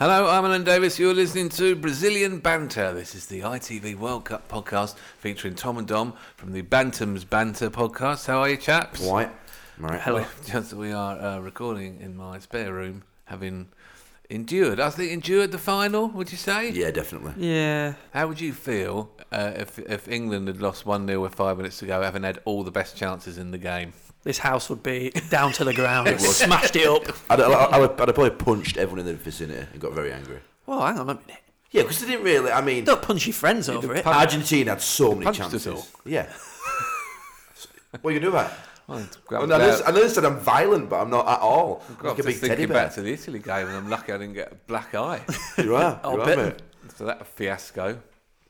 Hello, I'm Alan Davis. You're listening to Brazilian Banter. This is the ITV World Cup podcast featuring Tom and Dom from the Bantams Banter podcast. How are you, chaps? White. Right. Hello. Just we are uh, recording in my spare room, having endured. I think endured the final. Would you say? Yeah, definitely. Yeah, How would you feel uh, if if England had lost one 0 with five minutes to go, having had all the best chances in the game? this house would be down to the ground. it smashed it up. I'd, I, I would, I'd have probably punched everyone in the vicinity and got very angry. Well, hang on a minute. Yeah, because they didn't really. I mean, Don't punch your friends over it. Argentina had so many punched chances. us all. Yeah. what are you gonna do about it? Well, I, mean, I, know, I know they said I'm violent, but I'm not at all. I'm I'm like a big just teddy thinking bear. back to the Italy game, and I'm lucky I didn't get a black eye. You are. You are, bet. mate. So that fiasco.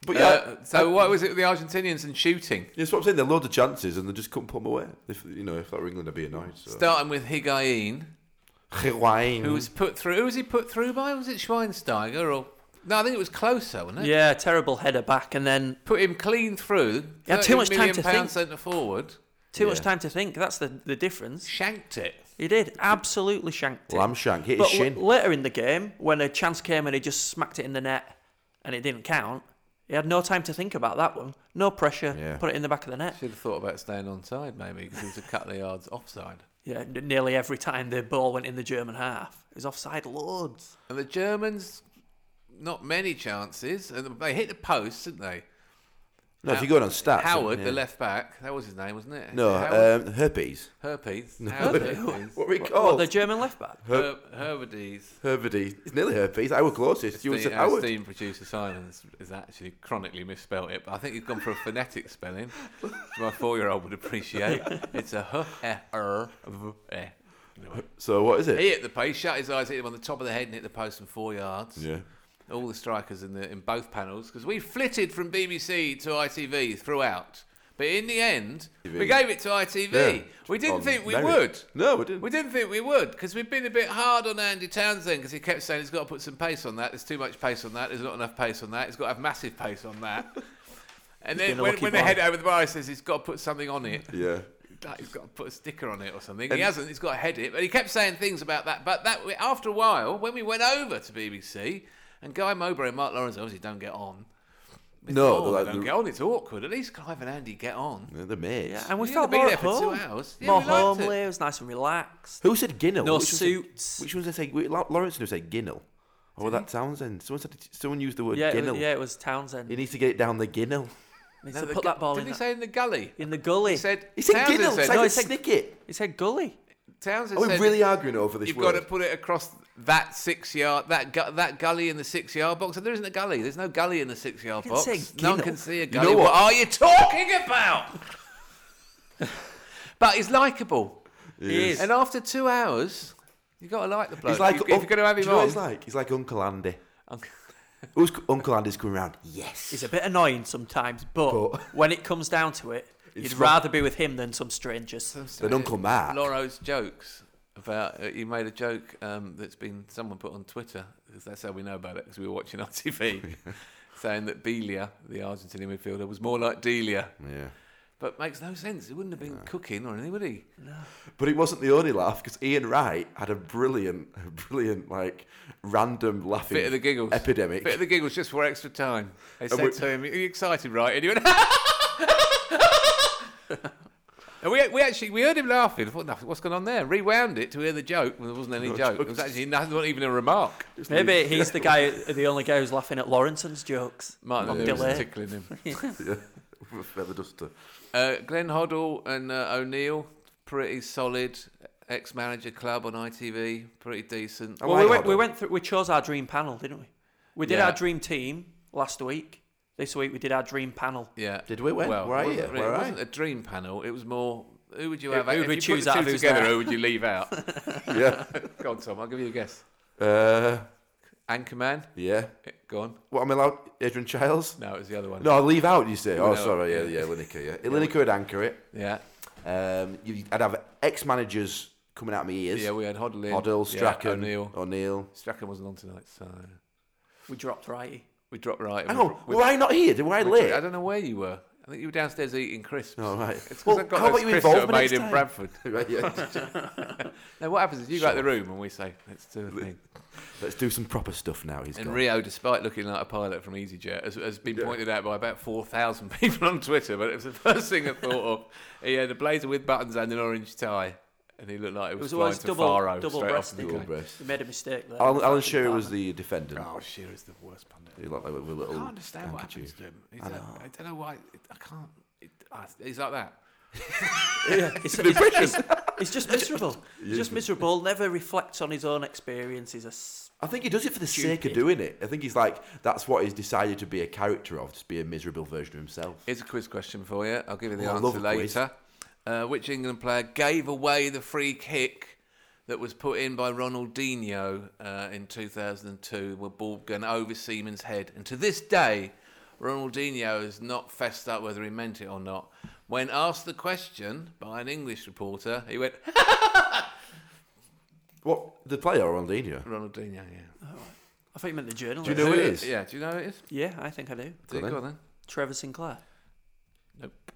But yeah, Uh, so what was it with the Argentinians and shooting? that's what I'm saying. There are loads of chances, and they just couldn't put them away. If you know, if that were England, I'd be annoyed. So. Starting with Higuain, who was put through. Who was he put through by? Was it Schweinsteiger or? No, I think it was closer, wasn't it? Yeah, terrible header back, and then Put him clean through. He had too much 30 time million to pound think. centre forward. too much Yeah. time to think. That's the, the difference. Shanked it. He did absolutely shanked it. Lamb shank hit his but l- shin. later in the game, when a chance came and he just smacked it in the net, and it didn't count, he had no time to think about that one. No pressure. Yeah. Put it in the back of the net. Should have thought about staying onside maybe because it was a couple of yards offside. Yeah, n- nearly every time the ball went in the German half, it was offside loads. And the Germans, not many chances, and they hit the post, didn't they? no, if you go on stats, Howard, yeah. the left back, that was his name, wasn't it? No, uh, Howard, um, herpes. herpes. Herpes. Herpes. What are we But called? the German left back. Her- Herbides. Herpes. It's nearly herpes. Our closest. You would Ste- say our Howard. esteemed producer Simon has- has actually chronically misspelled it, but I think he's gone for a phonetic spelling, which my four-year-old would appreciate. It's a h eh, er, v, eh. Anyway. So what is He it? hit the post, shut his eyes, hit him on the top of the head, and hit the post from four yards. Yeah. All the strikers in the in both panels because we flitted from BBC to ITV throughout, but in the end we gave it to ITV. Yeah. We didn't On think we merit. would. Oh, No, we didn't. We didn't think we would because we've been a bit hard on Andy Townsend because he kept saying he's got to put some pace on that. There's too much pace on that. There's not enough pace on that. He's got to have massive pace on that. And then been a when, lucky when they boy. head over the bar, he says he's got to put something on it. Yeah. Like, he's got to put a sticker on it or something. he hasn't. He's got to head it. But he kept saying things about that. But that after a while, when we went over to BBC and Guy Mowbray and Mark Lawrence obviously don't get on. No, oh, they're they like- don't get on. It's awkward. At least Clive and Andy get on. They're the mates. Yeah, and we You gotta felt be more there at for two home. hours. Yeah, more we liked it. homely. It was nice and relaxed. Who said Ginnell? No Which one said- suits. which one did I say? Wait, La- Lawrence who said Ginnell? Or was that Townsend? Someone said someone used the word Yeah, it Ginnell. was, yeah, it was Townsend. He needs to get it down the Ginnell. Needs No, to the put gu- that ball in, Didn't he that- say in the gully? in the gully. He said. He said Townsend Ginnell. said. It's like No, a he said- snicket. he said gully. Townsend Are we said. really arguing over this You've got word? to put it across that six yard, that gu- that gully in the six yard box. And there isn't a gully. There's no gully in the six yard didn't box. say no one Ginnell. can see a know gully. what? are you talking about? but he's likable. He is. And after two hours, you got to like the bloke. He's like if, you- if Unc- you're going to have do him you know what he's on, like? He's like Uncle Andy. Unc- Who's Uncle Andy's coming round? Yes. He's a bit annoying sometimes, but, But- when it comes down to it, It's you'd not- rather be with him than some strangers. Then Uncle Mark. Loro's jokes about uh, you made a joke um, that's been someone put on Twitter 'cause that's how we know about it because we were watching on TV, saying that Belia, the Argentinian midfielder, was more like Delia, Yeah. but makes no sense. He wouldn't have been cooking or anything, would he? But it wasn't the only laugh because Ian Wright had a brilliant, a brilliant like random laughing Bit of the giggles. epidemic. Bit of the giggles just for extra time. They said we- to him, "Are you excited, right?" And he went. And we, we actually we heard him laughing. I thought, "No, what's going on there? Rewound it to hear the joke. Well, there wasn't any joke. It was actually nothing, not even a remark. Maybe he's the guy, the only guy who's laughing at Lawrenson's jokes. Martin on Lewis was delay. tickling him. yeah. With a feather duster. Uh, Glenn Hoddle and uh, O'Neill, pretty solid. Ex-manager club on ITV, pretty decent. I Well, like we went, we Hoddle. went through. We chose our dream panel, didn't we? We did Yeah. our dream team last week. This week we did our dream panel. Yeah. Did we win? Well, Where are it wasn't, you? really- Where it are wasn't you? a dream panel. It was more, who would you Who- have? out- who if would you choose put the out of two who's together, there? who would you leave out? Yeah. go on, Tom. I'll give you a guess. Uh, Anchorman. yeah. Eh, Go on. What am I allowed? Adrian Childs? No, it was the other one. No, I'll leave out, you say. Oh, No. sorry. Yeah, yeah, Lineker, yeah. Lineker would anchor it. Yeah. Um, you, I'd have ex managers coming out of my ears. Yeah, we had Hoddle in. Hoddle, yeah, Strachan, Oh. O'Neill. O'Neill. Strachan wasn't on tonight, so We dropped righty. we dropped right. and Hang we on, dro- we- were Oh, I not here? Did- Were I we dro- I late? don't know where you were. I think you were downstairs eating crisps. Oh, right. It's 'cause Well, I've got how those about your crisps that are involvement made next in time? Bradford. Right, yeah. Now, what happens is you go out the room and we say, let's do a thing. Let's do some proper stuff now. He's And gone. Rio, despite looking like a pilot from EasyJet, has, has been Yeah. pointed out by about 4,000 people on Twitter, but it was the first thing I thought of. He had a blazer with buttons and an orange tie, and he looked like he was, was flying always to double- Faro straight off double-breasted. the Double plane. breast. He made a mistake there. Alan, Alan Shearer was the defendant. Oh, Shearer's the worst pundit. He looked like a I little. can't understand what happens handkerchief. to him. He's I, a, I don't know why. I can't. It, I, he's like that. It's, it's, it's, it's just miserable. He's just miserable. Never reflects on his own experiences. As I think he does it for the sake of Stupid. doing it. I think he's like that's what he's decided to be a character of, just be a miserable version of himself. Here's a quiz question for you. I'll give you the Oh, I love answer a quiz. later. Uh, which England player gave away the free kick that was put in by Ronaldinho uh, in 2002? Where ball gone over Seaman's head, and to this day, Ronaldinho has not fessed up whether he meant it or not. When asked the question by an English reporter, he went What the player or Ronaldinho? Ronaldinho. Yeah. I think you meant the journalist. Do you know who it is? Yeah. Do you know who it is? Yeah, I think I do. Do you on go then. on then? Trevor Sinclair. Oh. Nope.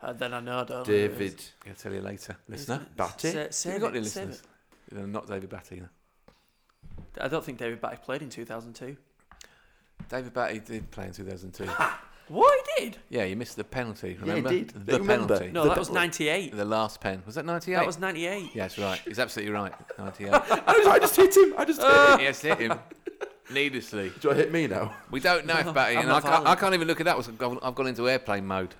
Uh, then I know, don't I? David I'll tell you later, listener. Batty. Sa- Have save you got it, any save listeners? No, not David Batty. No. it. I don't think David Batty played in 2002. David Batty did play in 2002. What he did? yeah, you missed the penalty. he Remember? did. The Don't you remember? penalty. No, The that was double. 98. The last pen. Was that 98? That was 98. Yeah, that's right. He's absolutely right. 98. I just, I just hit him. I just hit him. yes, hit him. Needlessly. Do I hit me now? We don't know if Batty, I'm and I not can't, I violent. can't even look at that. I've gone, I've gone into airplane mode.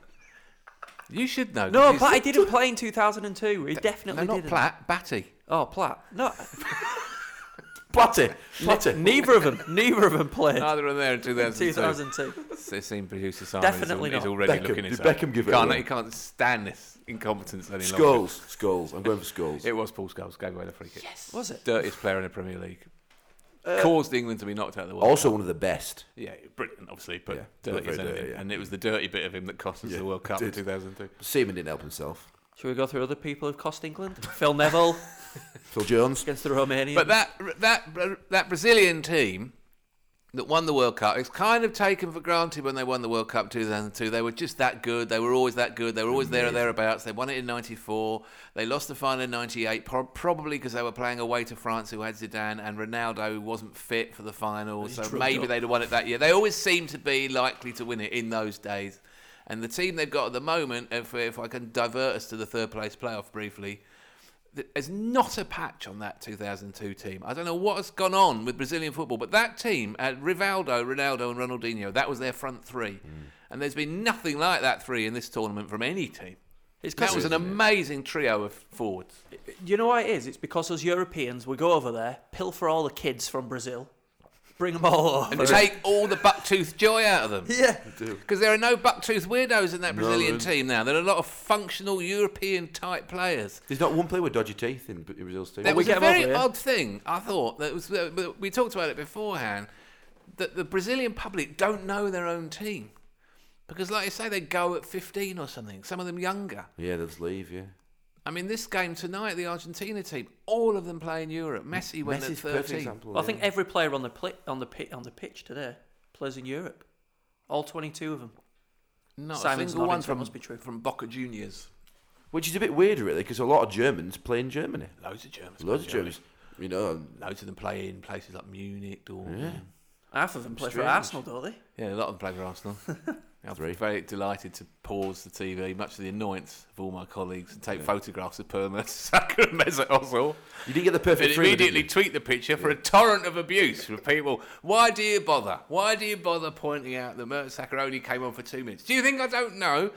You should know. 'cause No, he's- Platt, he didn't play in 2002. He definitely No, not didn't. Platt. Batty. Oh, Platt. No, Platty. Platty. neither of them. Neither of them played. Neither of them there in 2002. 2002 It's seen producer Simon. Definitely he's, al- not. He's already Beckham. looking Did his Beckham give it can't, away? He can't stand this incompetence any longer. Skulls. Skulls. I'm going for skulls. It was Paul Scholes gave away the free kick. Yes. was it? Dirtiest player in the Premier League. Uh, Caused England to be knocked out of the World Also Cup. one of the best. Yeah, brilliant, obviously, but Yeah, dirty not as very anything. dirty, yeah. And it was the dirty bit of him that cost us Yeah, the World Cup in did. 2002. Seaman didn't help himself. Should we go through other people who've cost England? Phil Neville Phil Jones. against the Romanians. But that that that Brazilian team that won the World Cup, it's kind of taken for granted when they won the World Cup 2002. They were just that good. They were always that good. They were always there or thereabouts. They won it in 94. They lost the final in 98, pro- probably because they were playing away to France, who had Zidane and Ronaldo, who wasn't fit for the final. So drugged maybe up. they'd have won it that year. They always seem to be likely to win it in those days. And the team they've got at the moment, if, if I can divert us to the third place playoff briefly, There's not a patch on that 2002 team. I don't know what has gone on with Brazilian football, but that team had Rivaldo, Ronaldo, and Ronaldinho. That was their front three. And there's been nothing like that three in this tournament from any team. it's 'cause- That was an amazing trio of forwards. you know why it is? It's because us Europeans, we go over there, pilfer all the kids from Brazil, bring them all over. And take all the bucktooth joy out of them. yeah. Because there are no bucktooth weirdos in that Brazilian team now. There are a lot of functional European type players. There's not one player with dodgy teeth in in Brazil's team. That we was a get 'em over very here. odd thing. I thought that was. uh, but We talked about it beforehand. That the Brazilian public don't know their own team because, like you say, they go at 15 or something. Some of them younger. Yeah, they'll just leave. Yeah. I mean, this game tonight, the Argentina team, all of them play in Europe. Messi went Messi's a at perfect 13. example, Well, I yeah. think every player on the pli- on the pi- on the pitch today plays in Europe. All 22 of them. Not Simon's a single nodding, one so it from must be true. from Boca Juniors. Which is a bit weird, really, because a lot of Germans play in Germany. Loads of Germans. Loads of play in Germans. You know, Europe. Loads of them play in places like Munich, Dortmund. Half of them play Strange. for Arsenal, don't they? Yeah, a lot of them play for Arsenal. I'm Three. very delighted to pause the TV, much to the annoyance of all my colleagues, and take photographs of Perma, Saka, and Mesut Ozil, you didn't get the perfect and three. immediately tweet the picture for a torrent of abuse from people. Why do you bother? Why do you bother pointing out that Mert Saka only came on for two minutes? Do you think I don't know?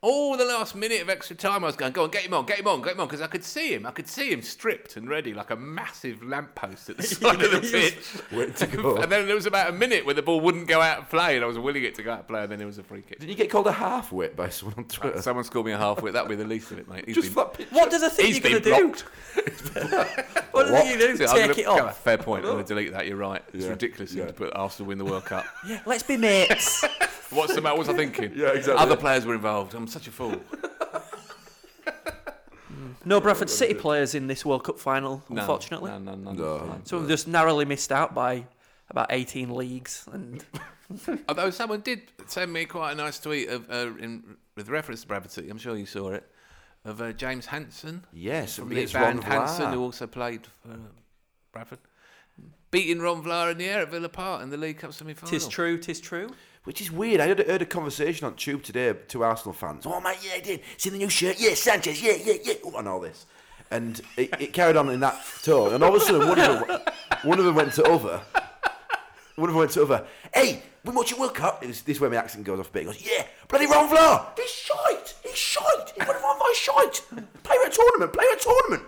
All the last minute of extra time, I was going, go on, get him on, get him on, get him on, because I could see him. I could see him stripped and ready like a massive lamppost at the side of the pitch. Wait to go. And then there was about a minute where the ball wouldn't go out of play, and I was willing it to go out of play, and then it was a free kick. Didn't you get called a half wit by someone on Twitter? Someone scored me a half wit. That'd be the least of it, mate. He's been, Just for that picture. What do they think he's you're been going to do? blocked. What do they think you do? So I'm Take gonna- it off. Fair point. I'm going to delete that. You're right. It's Yeah. ridiculous Yeah. to put Arsenal win the World Cup. Yeah, let's be mates. What's the matter? What was I thinking? Yeah, exactly. Other players were involved. I'm such a fool. no Bradford City players in this World Cup final, No, unfortunately. no, no, no. No. So we've just narrowly missed out by about 18 leagues and Although someone did send me quite a nice tweet of uh, in, with reference to Bradford City, I'm sure you saw it, of uh, James Hanson Yes, from from the Mitch band Van Hanson, who also played for Bradford, beating Ron Vlaar in the air at Villa Park in the League Cup semi-final. Tis true, tis true. Which is weird. I heard, heard a conversation on Tube today, two Arsenal fans. Oh, mate, yeah, I did. See the new shirt? Yeah, Sanchez, yeah, yeah, yeah. Oh, and all this. And it, it carried on in that tone. And all of a sudden, one of them, one of them went to other. One of them went to other. Hey, we watching World Cup. It was, this is where my accent goes off a bit. He goes, yeah, bloody Ron Vlaar. He's shite. He's shite. He's one of my shite. Player at tournament. Player at tournament.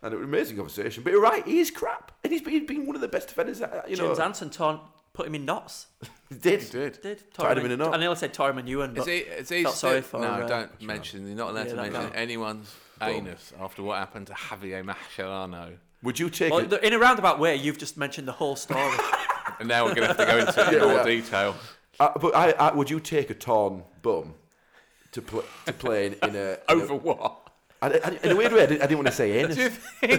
And it was an amazing conversation. But you're right, he is crap. And he's been, he's been one of the best defenders, uh, you know. James Hansen torn, put him in knots. He did. He did. Did Tied Torre him in a Man- knot. I nearly said Torre and Ewan, Is but he, is he felt still- sorry for, no, uh, don't mention. You're not allowed Yeah, to that mention guy. anyone's anus after what happened to Javier Mascherano. Would you take well, a- th- in a roundabout way, you've just mentioned the whole story. And now we're going to have to go into it in Yeah, we more are. detail. Uh, but I, I, would you take a torn bum to, pl- to play in, in a Over what? I, I, in a weird way? I didn't, I didn't want to say Do you anus. think, do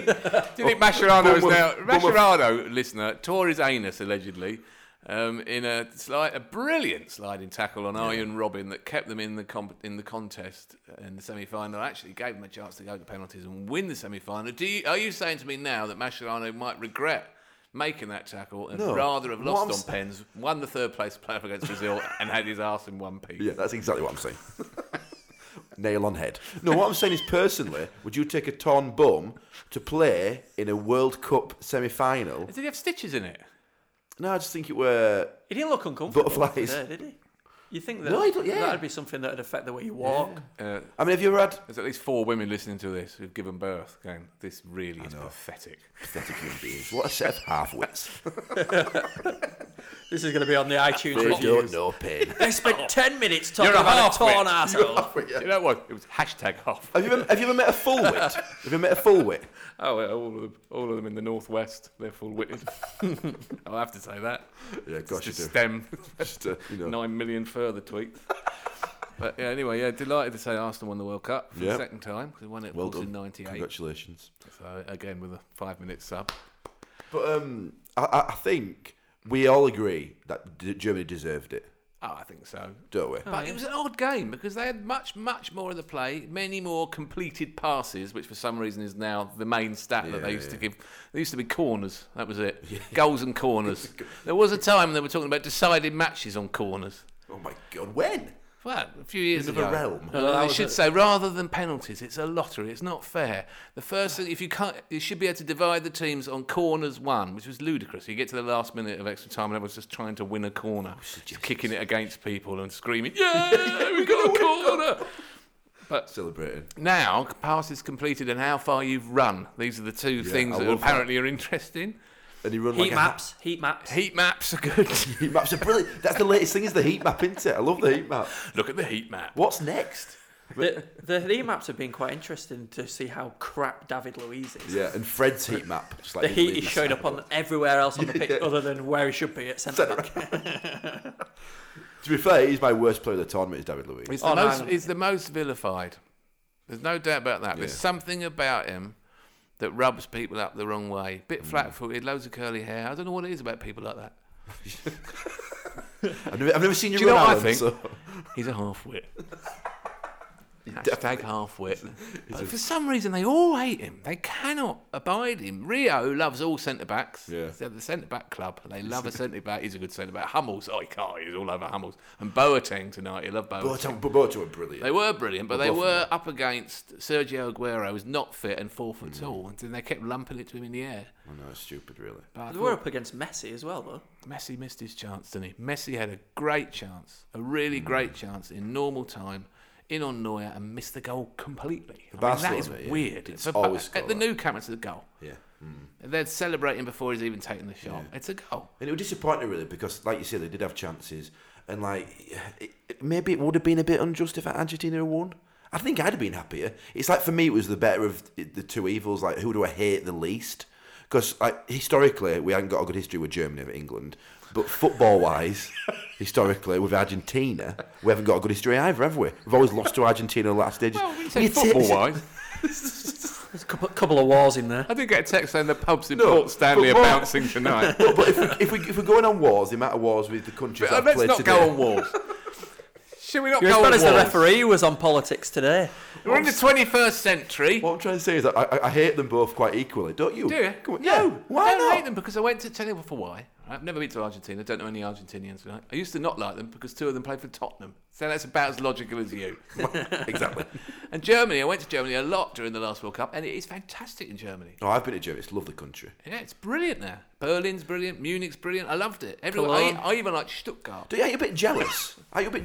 you think Mascherano is Bournemouth- now Bournemouth- Mascherano listener tore his anus allegedly um, in a slight, a brilliant sliding tackle on Iron Robin that kept them in the comp- in the contest in the semi final. Actually, gave them a chance to go to penalties and win the semi final. Do you, are you saying to me now that Mascherano might regret? Making that tackle and No. rather have What lost I'm on sa- pens, won the third place playoff against Brazil, and had his arse in one piece. Yeah, that's exactly what I'm saying. Nail on head. No, what I'm saying is personally, would you take a torn bum to play in a World Cup semi final? Did he have stitches in it? No, I just think it were. he didn't look uncomfortable Butterflies. today, did he? You think that No, I don't- yeah. that'd be something that'd affect the way you walk? Uh, I mean, have you ever had There's at least four women listening to this who've given birth going, this really is pathetic. pathetic human beings? What a set of half wits. This is going to be on the iTunes They don't reviews. know pain. They spent ten minutes talking You're a about a halfwit. torn asshole. You know what? It was hashtag half. Have you ever, have you ever met a full wit? Have you ever met a full wit? Oh, yeah, all of them, all of them in the northwest. They're full witted. I'll have to say that. Yeah, It's gosh, you just do. stem Just, uh, you know. nine million further tweets. But yeah, anyway, yeah, delighted to say Arsenal won the World Cup for Yeah. the second time. 'cause They won it of Well course, in done. '98. Congratulations. So again with a five-minute sub. But um, I- I, I think we all agree that D- Germany deserved it, Oh, I think so. don't we? But it was an odd game because they had much, much more of the play, many more completed passes, which for some reason is now the main stat that they used to give. There used to be corners. That was it. Goals and corners. there was a time they were talking about decided matches on corners. Oh my God, when? Well, a few years End of ago. a realm. No, No, that they was should it. say rather than penalties, it's a lottery. It's not fair. The first thing, if you can't, you should be able to divide the teams on corners one, which was ludicrous. You get to the last minute of extra time and everyone's just trying to win a corner, just kicking it against people and screaming, "Yeah, we got a corner!" Celebrating. Now, passes completed and how far you've run. These are the two things I that love that. apparently are interesting. And he run Heat like maps, heat maps. Heat maps are good. A, heat maps are brilliant. That's the latest thing is the heat map, isn't it? I love the heat map. Look at the heat map. What's next? The, the heat maps have been quite interesting to see how crap David Luiz is. Yeah, and Fred's heat map. Just like The his heat lead is showing up map. on everywhere else on the pitch Yeah. other than where he should be at centre back. To be fair, he's my worst player of the tournament. Is David Luiz? He's Oh, the, no, most, no. he's the most vilified. There's no doubt about that. There's Yeah. something about him that rubs people up the wrong way. Bit flat footed, loads of curly hair. I don't know what it is about people like that. I've, never, I've never seen you, Do you run know what I Alan, think? so- He's a half wit. Hashtag half wit. But for some reason, they all hate him. They cannot abide him. Rio loves all centre backs. Yeah. They're the centre back club. They love a centre back. He's a good centre back. Hummels, I can't. He's all over Hummels. And Boateng tonight. He love Boateng. Boateng- Bo- Boateng were They brilliant. were brilliant, but they Both of were up against Sergio Aguero, who's not fit and four foot tall, and they kept lumping it to him in the air. I know, it's stupid, really. But I They were thought up against Messi as well, though. Messi missed his chance, didn't he? Messi had a great chance, a really great chance in normal time, in on Neuer, and missed the goal completely. I mean, that is Barcelona, yeah. weird. It's For- always at the scoreline. new camp, it's a goal. Yeah. They're celebrating before he's even taken the shot. It's a goal. And it was disappointing, really, because, like you said, they did have chances. And, like, it, it- maybe it would have been a bit unjust if Argentina had won. I think I'd have been happier. It's like, for me, it was the better of the two evils. Like, who do I hate the least? Because, like, historically, we haven't got a good history with Germany or England. But football wise, historically, with Argentina, we haven't got a good history either, have we? We've always lost to Argentina in the last stages. Well, we said You take- football wise. There's a couple, couple of wars in there. I did get a text saying the pubs in No, Port Stanley are but what- bouncing tonight. No, but if, we, if, we, if we're going on wars, the amount of wars with the countries Uh, that Let's played not today, go on wars. Should we not You're as go on bad as wars? the referee who was on politics today. We're in the 21st century. What I'm trying to say is that I, I- I hate them both quite equally, don't you? Do you? Come on, Yeah. No, why I don't not? hate them because I went to tell you for why. I've never been to Argentina. Don't know any Argentinians. Right? I used to not like them because two of them played for Tottenham. So that's about as logical as you. exactly. And Germany, I went to Germany a lot during the last World Cup, and it is fantastic in Germany. No, I've been to Germany. It's love the country. Yeah, it's brilliant there. Berlin's brilliant. Munich's brilliant. I loved it. Everywhere. Cologne. I, I even like Stuttgart Do you, are you a bit jealous? are you a bit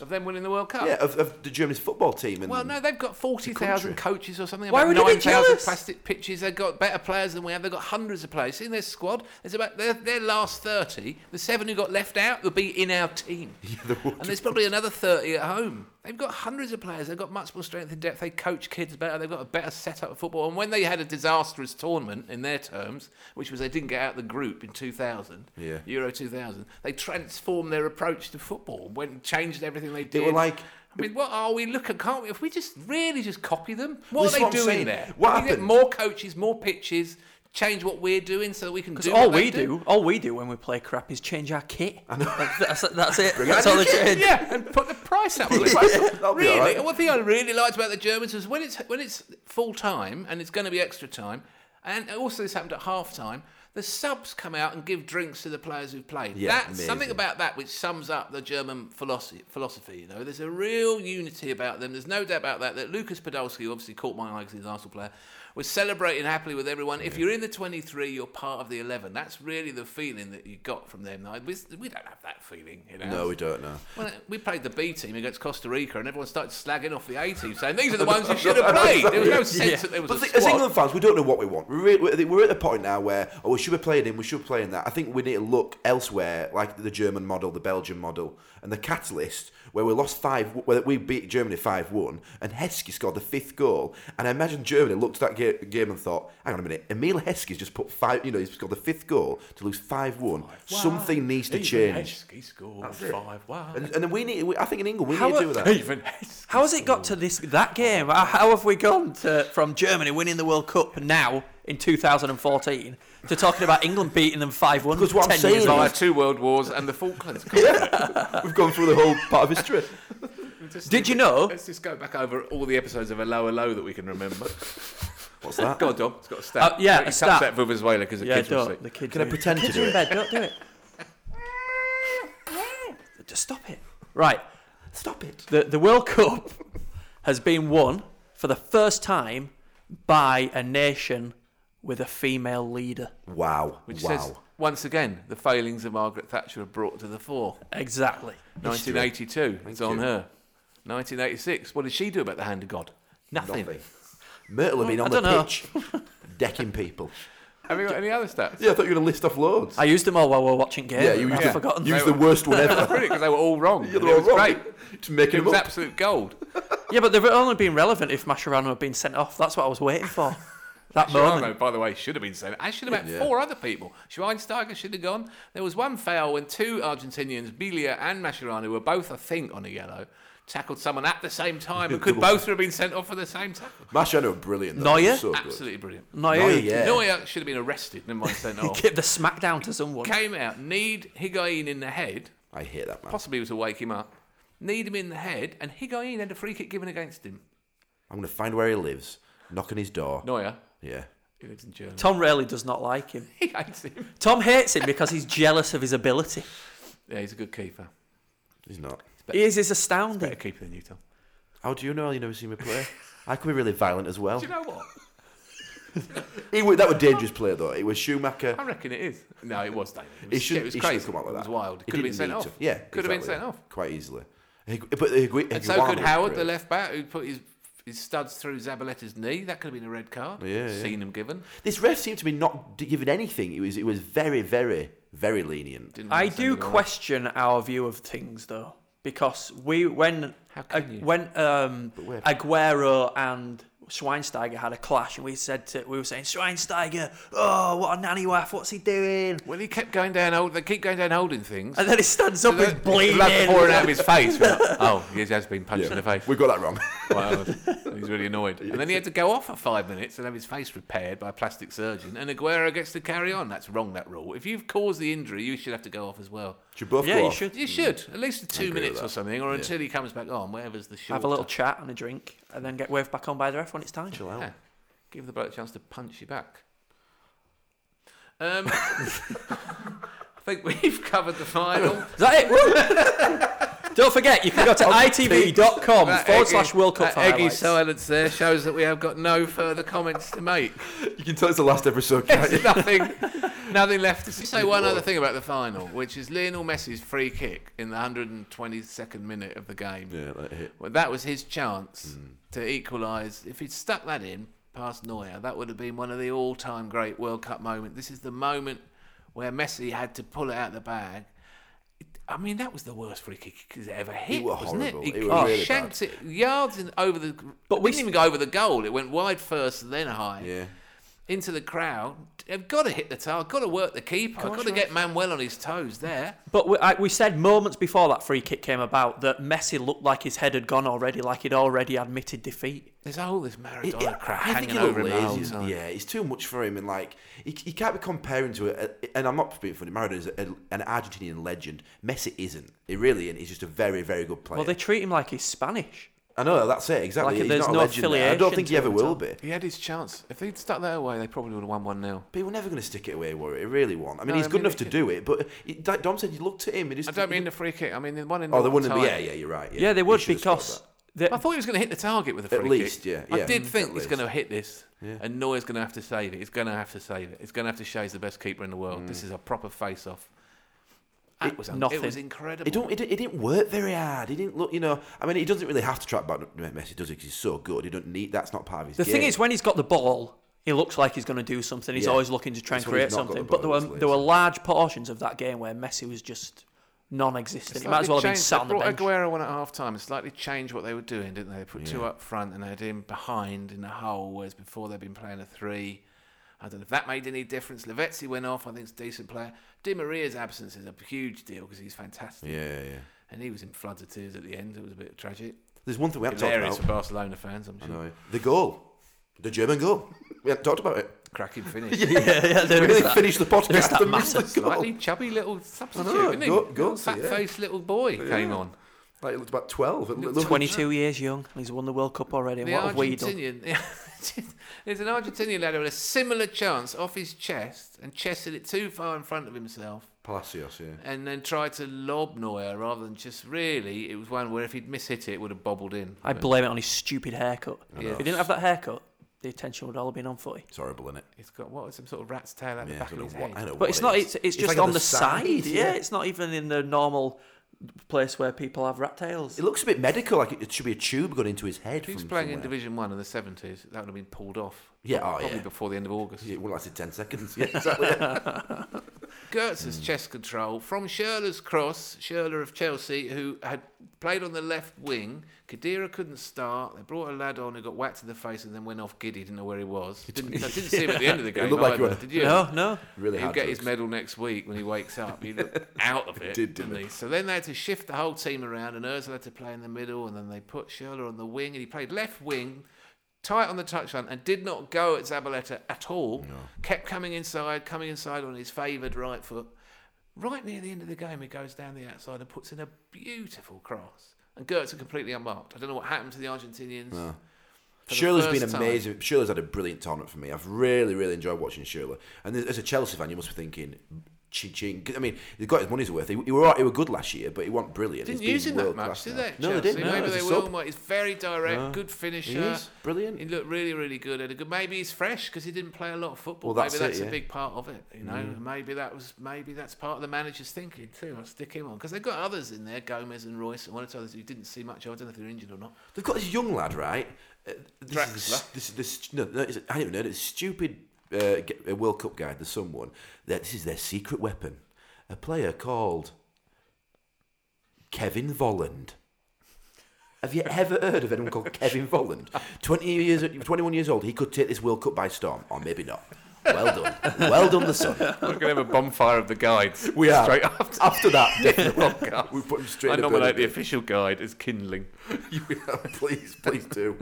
of them winning the World Cup. Yeah, of, of the Germany's football team. And Well, no, they've got 40,000 country. coaches or something. Why about would you be 9,000 jealous? plastic pitches. They've got better players than we have. They've got hundreds of players. See their squad? There's about their, their last 30. The seven who got left out will be in our team. there would and there's probably another 30 at home. They've got hundreds of players. They've got much more strength and depth. They coach kids better. They've got a better setup of football. And when they had a disastrous tournament, in their terms, which was they didn't get out of the group in 2000, Yeah. Euro 2000, they transformed their approach to football, went and changed everything they did. were like- I mean, what are we looking? Can't we? If we just really just copy them, what This are is they what I'm doing saying. there? What we get happened? more coaches, more pitches, change what we're doing so that we can do. Because all what they we do, all we do when we play crap is change our kit. Like, that's, that's it. out that's all your they kit, change. yeah, and put the price up. on it. Price up, that'll be really, all right. one thing I really liked about the Germans was when it's when it's full time and it's going to be extra time, and also this happened at half time. The subs come out and give drinks to the players who've played. Yeah, That's amazing. something about that which sums up the German philosophy. Philosophy, you know, there's a real unity about them. There's no doubt about that. That Lucas Podolski, who obviously caught my eye because he's an Arsenal player, was celebrating happily with everyone. If you're in the 23, you're part of the 11. That's really the feeling that you got from them. Like, We we don't have that feeling, you know. No, we don't know. Well, we played the B team against Costa Rica, and everyone started slagging off the A team, saying these are the ones you should have played. There was no sense that there was But a the- as squad. England fans, we don't know what we want. We're, really, we're at the point now where, oh, we should be playing him, we should be playing that. I think we need to look elsewhere, like the German model, the Belgian model, and the catalyst, where we lost five, where we beat Germany 5 1, and Heskey scored the fifth goal. And I imagine Germany looked at that ga- game and thought, hang on a minute, Emil Heskey's just put five, you know, he's scored the fifth goal to lose 5 1. Something needs to change. Heskey scored five one. And, and then we need, we, I think in England, we How need to are- do that. Even Heskey. How has it got to this that game? How- How have we gone to, from Germany winning the World Cup now in 2014 to talking about England beating them 5 1? Because what I'm saying Via is- two world wars and the Falklands. We've gone through the whole part of history. Did you know? Let's just go back over all the episodes of a low low that we can remember. What's that? Go on, Dom. It's got a stat. Uh, yeah, Don't you a touch stat. that for Venezuela because the Yeah, kids will see. don't. The kids Can I are- pretend to kids do are in it? bed, don't do it. Just stop it. Right. Stop it. The, the World Cup has been won for the first time by a nation with a female leader. Wow. Which wow. says once again the failings of Margaret Thatcher are brought to the fore. Exactly. 1982. It's on you. her. 1986. What did she do about the hand of God? Nothing. Nothing. Myrtle have been on I the don't know. pitch, decking people. Have you got any other stats? Yeah, I thought you were going to list off loads. I used them all while we were watching games. Yeah, you used I've them. forgotten. You used the worst one That was ever. brilliant because they were all wrong. You're and all it was wrong. great. To make It him was up. absolute gold. Yeah, but they've only been relevant if Mascherano had been sent off. That's what I was waiting for. That moment. Shirano, by the way, should have been sent. I should have had Yeah. four other people. Schweinsteiger should have gone. There was one foul when two Argentinians, Belia and Mascherano, were both, I think, on a yellow, tackled someone at the same time and could both have been sent off for the same tackle. Mascherano, bneuer brilliant. Neuer? Neuer? So Oh, good. Absolutely brilliant. No, Neuer, you yeah. Neuer should have been arrested, never mind sent off. give the smackdown to someone. Came out, kneed Higuain in the head, I hate that man. possibly to wake him up, kneed him in the head, and Higuain had a free kick given against him. I'm going to find where he lives, knock on his door. Neuer, Yeah. he lives in Germany. Tom really does not like him. He hates him. Tom hates him because he's jealous of his ability. Yeah, he's a good keeper. He's not. His is astounding. Better keeper than you, Tom. How do you know? You never seen me play. I could be really violent as well. Do you know what? He was, that was dangerous play though. It was Schumacher. I reckon it is. No, it was Damien. It He was, should. it was he crazy. should have come up with that. It was wild. He could have been didn't sent need off. to. Yeah. could have been exactly. sent off. quite easily. He- But Higuain, And so could Howard, the left back, who put his his studs through Zabaletta's knee. That could have been a red card. Yeah, yeah. Seen him given. This ref seemed to be not d- giving anything. It was. It was very, very, very lenient. Didn't I wanna send do him away. question our view of things though, because we when How can Ag- you? when um, where? Aguero and Schweinsteiger had a clash, and we said to, we were saying Schweinsteiger, oh what a nanny waff, what's he doing? Well, he kept going down. Hold, they keep going down holding things. And then he stands up, he's Blood bleeding. pouring out of his face. We're like, oh, he has been punched in the face. We got that wrong. Well, I was- He was really annoyed. And then he had to go off for five minutes and have his face repaired by a plastic surgeon. And Aguero gets to carry on. That's wrong, that rule. If you've caused the injury, you should have to go off as well. Should both Yeah, go you off? should You should. At least for two agree with minutes or that. something, or until he comes back on, wherever's the short. have a little chat and a drink, and then get waved back on by the ref when it's time. Chill out. Yeah. Give the bloke a chance to punch you back. Um, I think we've covered the final. Is that it? Woo! Don't forget, you can go to itv.com That forward eggy- slash World Cup that eggy highlights. silence there shows that we have got no further comments to make. You can tell it's the last episode. Can't you? There's nothing, nothing left to say. One other thing about the final, which is Lionel Messi's free kick in the 122nd minute of the game. yeah, Hmm. that hit. Well, that was his chance to equalise. If he'd stuck that in past Neuer, that would have been one of the all-time great World Cup moments. This is the moment where Messi had to pull it out of the bag. It- I mean, that was the worst free kick he's ever hit, were wasn't horrible. it? It He were really shanked it yards and over the. But But we we didn't even go over the goal. It went wide first, then high Yeah. into the crowd. I've got to hit the target. Got to work the keeper. I've got to get Manuel on his toes there. But we, I, we said moments before that free kick came about that Messi looked like his head had gone already, like he'd already admitted defeat. There's all this Maradona Yeah, crap I hanging think he over looked him the whole lazy. isn't time. he? Yeah, it's too much for him, and like he, he can't be comparing to it. And I'm not being funny. Maradona is a, an Argentinian legend. Messi isn't. He really isn't. He's just a very, very good player. Well, they treat him like he's Spanish. I know that's it exactly. Like, he's there's not a no legend. there. I don't affiliation think he to ever him at will all. be. He had his chance. If they'd stuck that away, they probably would have won 1 0. But we're never going to stick it away, were it? He really won't. I mean, No, he's I good mean, enough it to should- do it, but it, I don't said you look to him. It is, I don't mean the free kick. I mean the one in the Oh, they one wouldn't be. time. Yeah, yeah, you're right. Yeah, Yeah, they He would should have scored because. that. they- I thought he was going to hit the target with a free kick. least, yeah, yeah. I did Mm, think at he's least. going to hit this, and Neuer's going to have to save it. He's going to have to save it. He's going to have to show he's the best keeper in the world. Mm. This is a proper face-off. That was un- It nothing. was incredible. It don't. It, it didn't work very hard. He didn't look. You know. I mean, he doesn't really have to track back Messi, does he? Because he's so good. He don't need. That's not part of his. The thing game. is, when he's got the ball, he looks like he's going to do something. He's Yeah. always looking to try and It's when he's create not got the something. But there ball, were it's there were large portions of that game where Messi was just non-existent. It's he might like as they well have been changed- sat on they the brought bench. Aguero on at half time and slightly changed what they were doing, didn't they? They put two up front and they had him behind in a hole, whereas before they'd been playing a three. I don't know if that made any difference. Lavezzi went off. I think he's a decent player. Di Maria's absence is a huge deal because he's fantastic. Yeah, yeah. And he was in floods of tears at the end. It was a bit tragic. There's one thing we haven't Hilarious talked for about. Barcelona fans, I'm sure. No, the goal, the German goal. We haven't talked about it. Cracking finish. yeah, Oh yeah, there We is didn't that. finish the podcast. that and missed the goal. Slightly chubby little substitute, know, isn't he? go- go see, Fat yeah. faced little boy came on. Like it looked about twelve. It looked- 22 years young. and He's won the World Cup already. And The what have we done? Argentinian, there's an Argentinian lad who had a similar chance off his chest and chested it too far in front of himself, Palacios, yeah. and then tried to lob Neuer rather than just really. It was one where if he'd mishit it, it would have bobbled in. I blame it on his stupid haircut. know. If he didn't have that haircut, the attention would all have been on footy. It's horrible, isn't it? He's got what some sort of rat's tail out the Yeah, I back don't of know his what. head. I don't know But what it's it not. is. It's it's just like on the side. Yeah. yeah. it's not even in the normal place where people have rat tails. It looks a bit medical, like it should be a tube going into his head. If he was from playing in somewhere. Division One in the seventies, that would have been pulled off. Yeah, oh, probably yeah. before the end of August. It wouldn't lasted ten seconds. Yeah, exactly. Gertz's chest control from Schürrle's cross, Schürrle of Chelsea, who had played on the left wing. Kadira couldn't start. They brought a lad on who got whacked in the face and then went off giddy, didn't know where he was. Didn't, I didn't see him at the end of the game. looked like he either, was- did you? No, no. really He'll hard. get to his look. medal next week when he wakes up. He looked out of it, did, did, not didn't he? So then they had to shift the whole team around, and Ozil had to play in the middle, and then they put Schürrle on the wing, and he played left wing, tight on the touchline, and did not go at Zabaleta at all. Kept coming inside, coming inside on his favoured right foot. Right near the end of the game, he goes down the outside and puts in a beautiful cross. And Gertz are completely unmarked. I don't know what happened to the Argentinians. For the Shirley's been first time- amazing. Shirley's had a brilliant tournament for me. I've really, really enjoyed watching Shirley. And as a Chelsea fan, you must be thinking, ching ching. 'Cause, I mean, they got his money's worth. He, he were all- he were good last year, but he wasn't brilliant. Didn't He's been use him that world-class much, did now. they? No, they Chelsea? didn't. no, Maybe as they a will. uh, sub. Mike. He's very direct, good He finisher. is brilliant. He looked really, really good. Had a good. Maybe he's fresh because he didn't play a lot of football. Well, maybe that's it, that's a yeah. Mm. big part of it. You know, maybe that was maybe that's part of the manager's thinking too. I'll stick him on because they've got others in there, Gomez and Royce, and one or two others who didn't see much. of. I don't know if they're injured or not. They've got this young lad, right? Uh, this is this, Draxler. this, this no, no, it's, I don't even know. This stupid uh, g- uh, World Cup guide. There's someone that this is their secret weapon. A player called Kevin Volland. Have you ever heard of anyone called Kevin Volland? Twenty years, twenty-one years old. He could take this World Cup by storm, or maybe not. Well done, well done, the son. We're gonna have a bonfire of the guides. We are straight after. after that. Definitely, we put him straight. I in a nominate burning the official guide as kindling. bin. please, please do.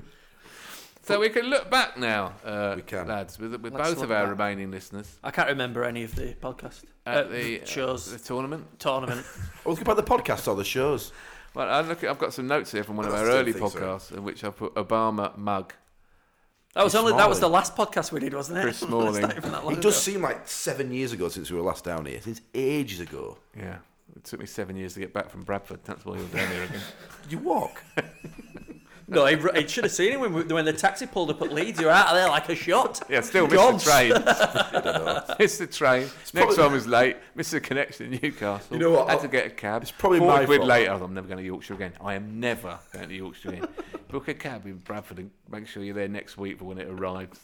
So we can look back now, uh, We can. lads, with, with Let's both of look our back. remaining listeners I can't remember any of the podcast at uh, the uh, shows the tournament. tournament. Or look about the podcast or the shows. Well, I look, I've got some notes here from one of I our still early think so. podcasts in which I put Obama mug. That was Chris only that was the Smalling. last podcast we did, wasn't it? Chris It's Smalling. not even that long It does ago. seem like seven years ago since we were last down here. Since ages ago. Yeah. It took me seven years to get back from Bradford. That's why you're down here again. You walk. No, he, he should have seen him when, we, when the taxi pulled up at Leeds. You're out of there like a shot. Yeah, still Gone. missed the train. missed the train. Next probably- one was late. Missed the connection in Newcastle. You know what, Had I- to get a cab. It's probably my quid fault. later. I'm never going to Yorkshire again. I am never going to Yorkshire again. Book a cab in Bradford and make sure you're there next week for when it arrives.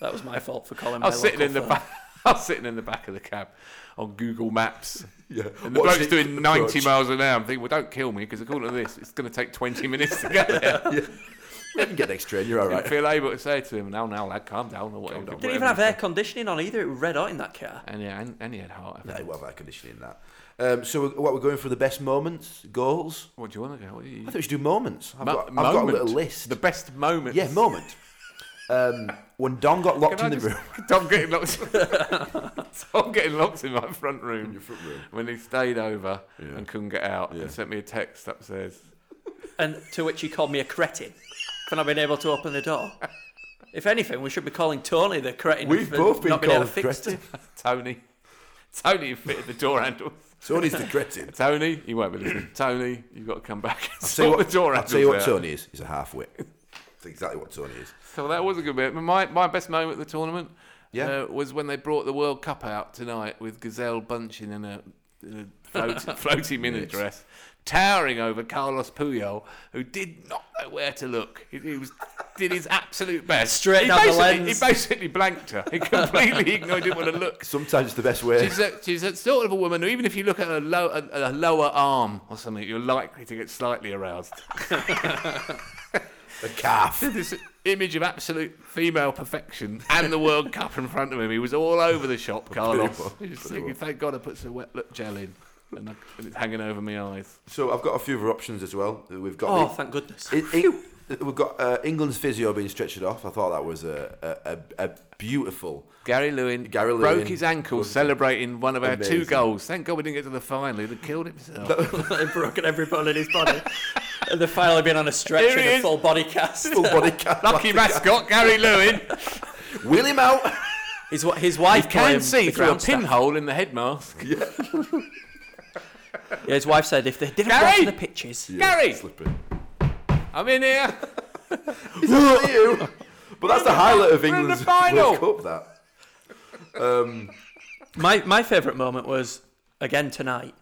That was my fault for calling. I my was sitting local in the firm. back. I was sitting in the back of the cab on Google Maps. Yeah. And the Watch bloke's it doing 90 approach. miles an hour. I'm thinking, well, don't kill me because according to this, it's going to take 20 minutes to get there. You can get next train, you're all I didn't right. feel able to say to him, no, no, lad, calm down or whatever. Didn't even have air conditioning on either. It was red hot in that car. And yeah, and, and he had heart. Yeah, attack. we'll have air conditioning in that. Um, so, we're, what, we're going for the best moments, goals? What do you want to go? What do you- I thought we should do moments. I've, Mo- got, I've got a moment. little list. The best moments. yeah, moment. Um, when Don got locked Can I in the just- room. Tom getting locked. Tom getting locked in my front room when he stayed over Yeah. and couldn't get out Yeah. and sent me a text upstairs. And to which he called me a cretin for not being able to open the door. If anything, we should be calling Tony the cretin. We've for both been not being able called to fix cretin. it. Tony, Tony, you fitted the door handle. So, he's the cretin. Tony, you won't be listening. Tony, you've got to come back and Tell you sort what, the door I'll handle. tell you what Tony is. He's a half wit. That's exactly what Tony is. So that was a good bit. My my best moment at the tournament, Yeah. uh, was when they brought the World Cup out tonight with Gazelle Bunchen in a, in a float, floaty mini Yes. dress, towering over Carlos Puyol, who did not know where to look. He, he was did his absolute best. Straight he down the basically- lens. He basically blanked her. He completely ignored. He didn't want to look. Sometimes the best way. She's a, she's a sort of a woman who, even if you look at her, low, at her lower arm or something, you're likely to get slightly aroused. A calf. this image of absolute female perfection and the World Cup in front of him. He was all over the shop, Carlos. well, He was pretty thinking, well. Thank God I put some wet lip gel in, and, I, and it's hanging over my eyes. So I've got a few other options as well. Uh, We've got Oh, the- thank goodness. In- in- we've got uh, England's physio being stretched off. I thought that was a a, a, a beautiful. Gary Lewin, Gary broke Lewin his ankle was celebrating one of our two amazing. goals. Thank God we didn't get to the final. He'd have killed himself. They've broken every bone in his body. and they've finally been on a Here stretcher he and a is. full body cast. Full body cast. Lucky mascot, Gary Lewin. Wheel him out. His, wa- his wife You told can him see the through a ground staff- pinhole in the head mask. Yeah, his wife said if they didn't Gary! watch the pitches, Gary! Slippery. I'm in here. Who are you? But that's the highlight of We're in the England's final. World Cup. Um, My my favourite moment was again tonight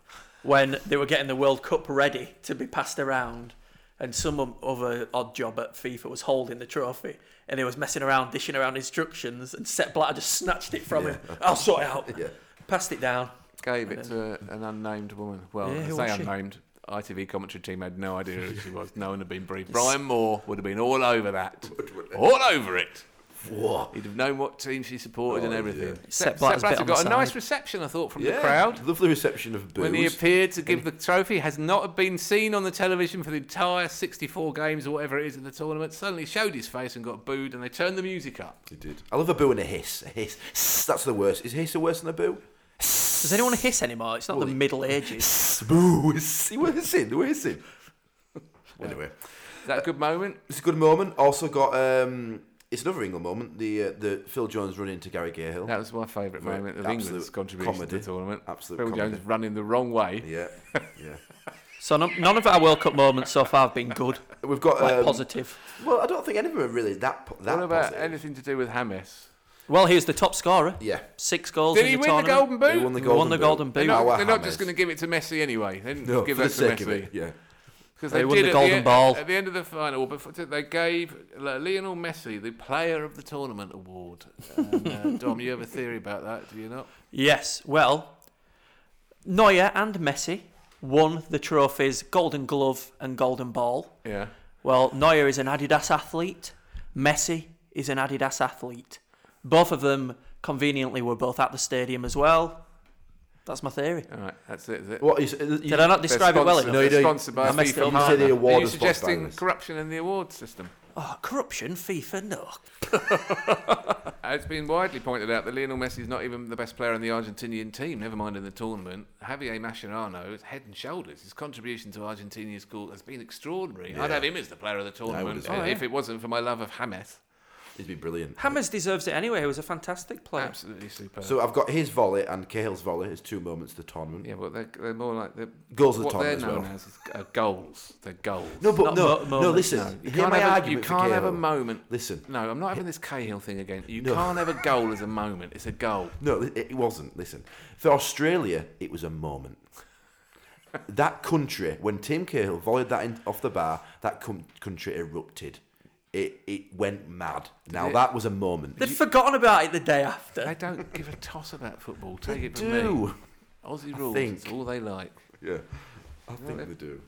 when they were getting the World Cup ready to be passed around, and some other odd job at FIFA was holding the trophy and he was messing around, dishing around instructions, and Sepp Blatter just snatched it from him. I'll sort it out. That. Yeah. Passed it down. Gave it to an unnamed woman. Well, Yeah, I who say was she? unnamed. ITV commentary team had no idea who she was. No one had been briefed. Brian Moore would have been all over that. all over it. Whoa. He'd have known what team she supported and Oh, everything. yeah. Sepp Sepp Blatter's bit Blatter on the got a nice side. reception, I thought, from Yeah. the crowd. Lovely reception of booze. When he appeared to give the trophy, has not been seen on the television for the entire 64 games or whatever it is in the tournament. Suddenly showed his face and got booed, and they turned the music up. He did. I love a boo and a hiss. A hiss. Sss, That's the worst. Is a hiss worse than a boo? Does anyone hiss anymore? It's not the Middle Ages. Sss, Boo. Hiss. He was hissing. They were hissing. Anyway. Is that a good moment? It's a good moment. Also got um, it's another England moment. The uh, the Phil Jones run into Gary Cahill. That was my favourite Right. moment of Absolute England's contribution to comedy. the tournament. Absolute Phil comedy. Jones running the wrong way. Yeah, yeah. So no, none of our World Cup moments so far have been good, We've got like um, positive. Well, I don't think any of them are really that po- that What about positive. anything to do with Hamas? Well, he was the top scorer. Yeah, Six goals Did in he the win the tournament. Golden Boot? they won the He golden won the boot. golden boot. They're not, Our they're not just Hammers. going to give it to Messi anyway. They didn't No, give for that the sake to of Messi it. Yeah, because They they, won did the at golden end- ball. at the end of the final. Before they gave uh, Lionel Messi the Player of the Tournament award. And, uh, Dom, you have a theory about that, do you not? Yes, well, Neuer and Messi won the trophies Golden Glove and Golden Ball. Yeah. Well, Neuer is an Adidas athlete, Messi is an Adidas athlete. Both of them conveniently were both at the stadium as well. That's my theory. All right, that's it. Is it? What is? You, Did I not describe it well sponsored- enough? No, you they're don't. sponsored by I messed it FIFA up. partner. You said the award Are you is sponsored by suggesting this. corruption in the award system? Oh, corruption, FIFA, no. It's been widely pointed out that Lionel Messi is not even the best player in the Argentinian team, never mind in the tournament. Javier Mascherano is head and shoulders. His contribution to Argentina's goal has been extraordinary. I'd have him as the player of the would tournament as well. if it wasn't for my love of James. It'd be brilliant. Hammers deserves it anyway. He was a fantastic player. Absolutely superb. So I've got his volley and Cahill's volley as two moments of the tournament. yeah, well, they're, they're more like the Goals of the What they're tournament as known well. as is, uh, goals. They're goals. No, but Not no, mo- no. moments, Listen, no. you hear can't, my have a, you argument. for can't have a Cahill. moment. Listen. No, I'm not having this Cahill thing again. You No. can't have a goal as a moment. It's a goal. No, it it wasn't. Listen, for Australia, it was a moment. that country, when Tim Cahill volleyed that in, off the bar, that com- country erupted. It it went mad. Now it? that was a moment. They'd forgotten about it the day after. They don't give a toss about football. Take They it from me. do. Aussie rules. think. It's all they like. Yeah, I think they- they do.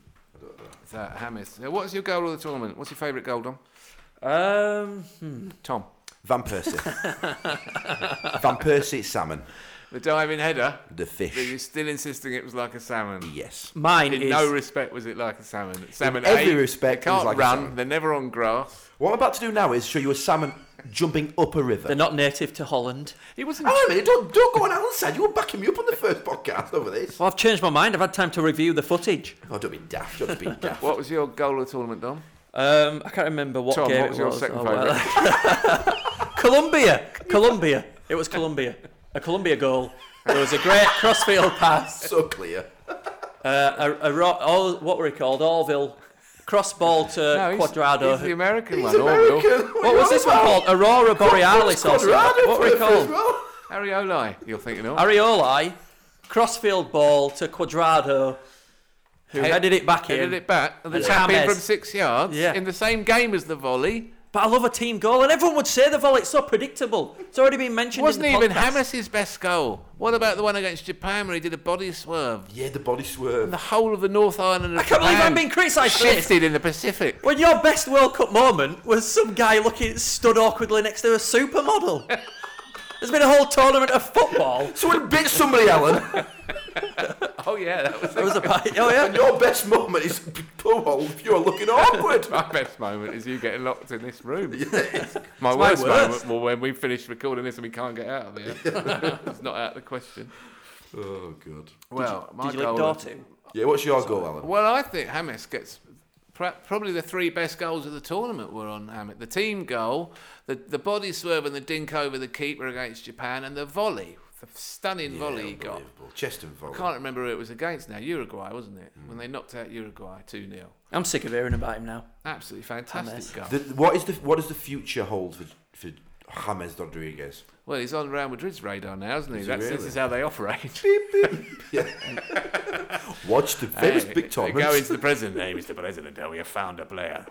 It's that Hammers. Now, what's your goal of the tournament? What's your favourite goal, Dom? Um, hmm. Tom. Van Persie. Van Persie salmon, The diving header. the But you're fish. still insisting it was like a salmon. Yes. Mine In is. no respect was it like a salmon. Salmon. every A, respect, they it was can't like a run. salmon. They're never on grass. What I'm about to do now is show you a salmon jumping up a river. they're not native to Holland. He wasn't. Hang on a minute, don't, don't go on outside. You were backing me up on the first podcast over this. Well, I've changed my mind. I've had time to review the footage. Oh, don't be daft. Don't be daft. What was your goal of the tournament, Dom? Um, I can't remember what Tom, game what it was your was. second Oh, favourite? well. Colombia, Colombia. It was Colombia. A Colombia goal. There was a great crossfield pass. so clear. Uh, a, a ro- all, what were he called? Orville. Cross ball to he's, Quadrado. he's the American He's one. Orville. American. what was this one called? Aurora Borealis or something. What were he called? Arioli, you're thinking of. Arioli. Crossfield ball to Quadrado, who Head- headed it back in. Headed it back. And the Yeah. tap in James. from six yards Yeah. in the same game as the volley. But I love a team goal, and everyone would say the volley. It's so predictable. It's already been mentioned. Wasn't in the even podcast. Hamas's best goal. What about the one against Japan where he did a body swerve? Yeah, the body swerve. The whole of the North Island of I can't believe Japan I'm being criticised for this. shifted in the Pacific. When your best World Cup moment was some guy looking stood awkwardly next to a supermodel. There's been a whole tournament of football. Someone bit somebody, Alan. Oh yeah, that was There was a party. Oh yeah. and your best moment is poor old. You're looking awkward. my best moment. Is you getting locked in this room? Yes. My my worst, worst. moment well, when we finish recording this and we can't get out of here. it's not out of the question. Oh god. Well, my Did you lick goal- Dortu? Yeah, what's your goal, Alan? Well, I think Hamas gets pra- probably the three best goals of the tournament were on Hamas. The team goal, the the body swerve and the dink over the keeper against Japan, and the volley, the stunning volley he got. Unbelievable. Chest and volley. I can't remember who it was against now. Uruguay, wasn't it? Mm. When they knocked out Uruguay 2 0. I'm sick of hearing about him now. Absolutely fantastic James. goal. The, what is the what does the future hold for for James Rodriguez? Well, he's on Real Madrid's radar now, isn't he? he That's, This really? is how they operate. Watch the famous Hey, they big Go into tournaments. the president. Hey, Mr. President, uh, we have found a player.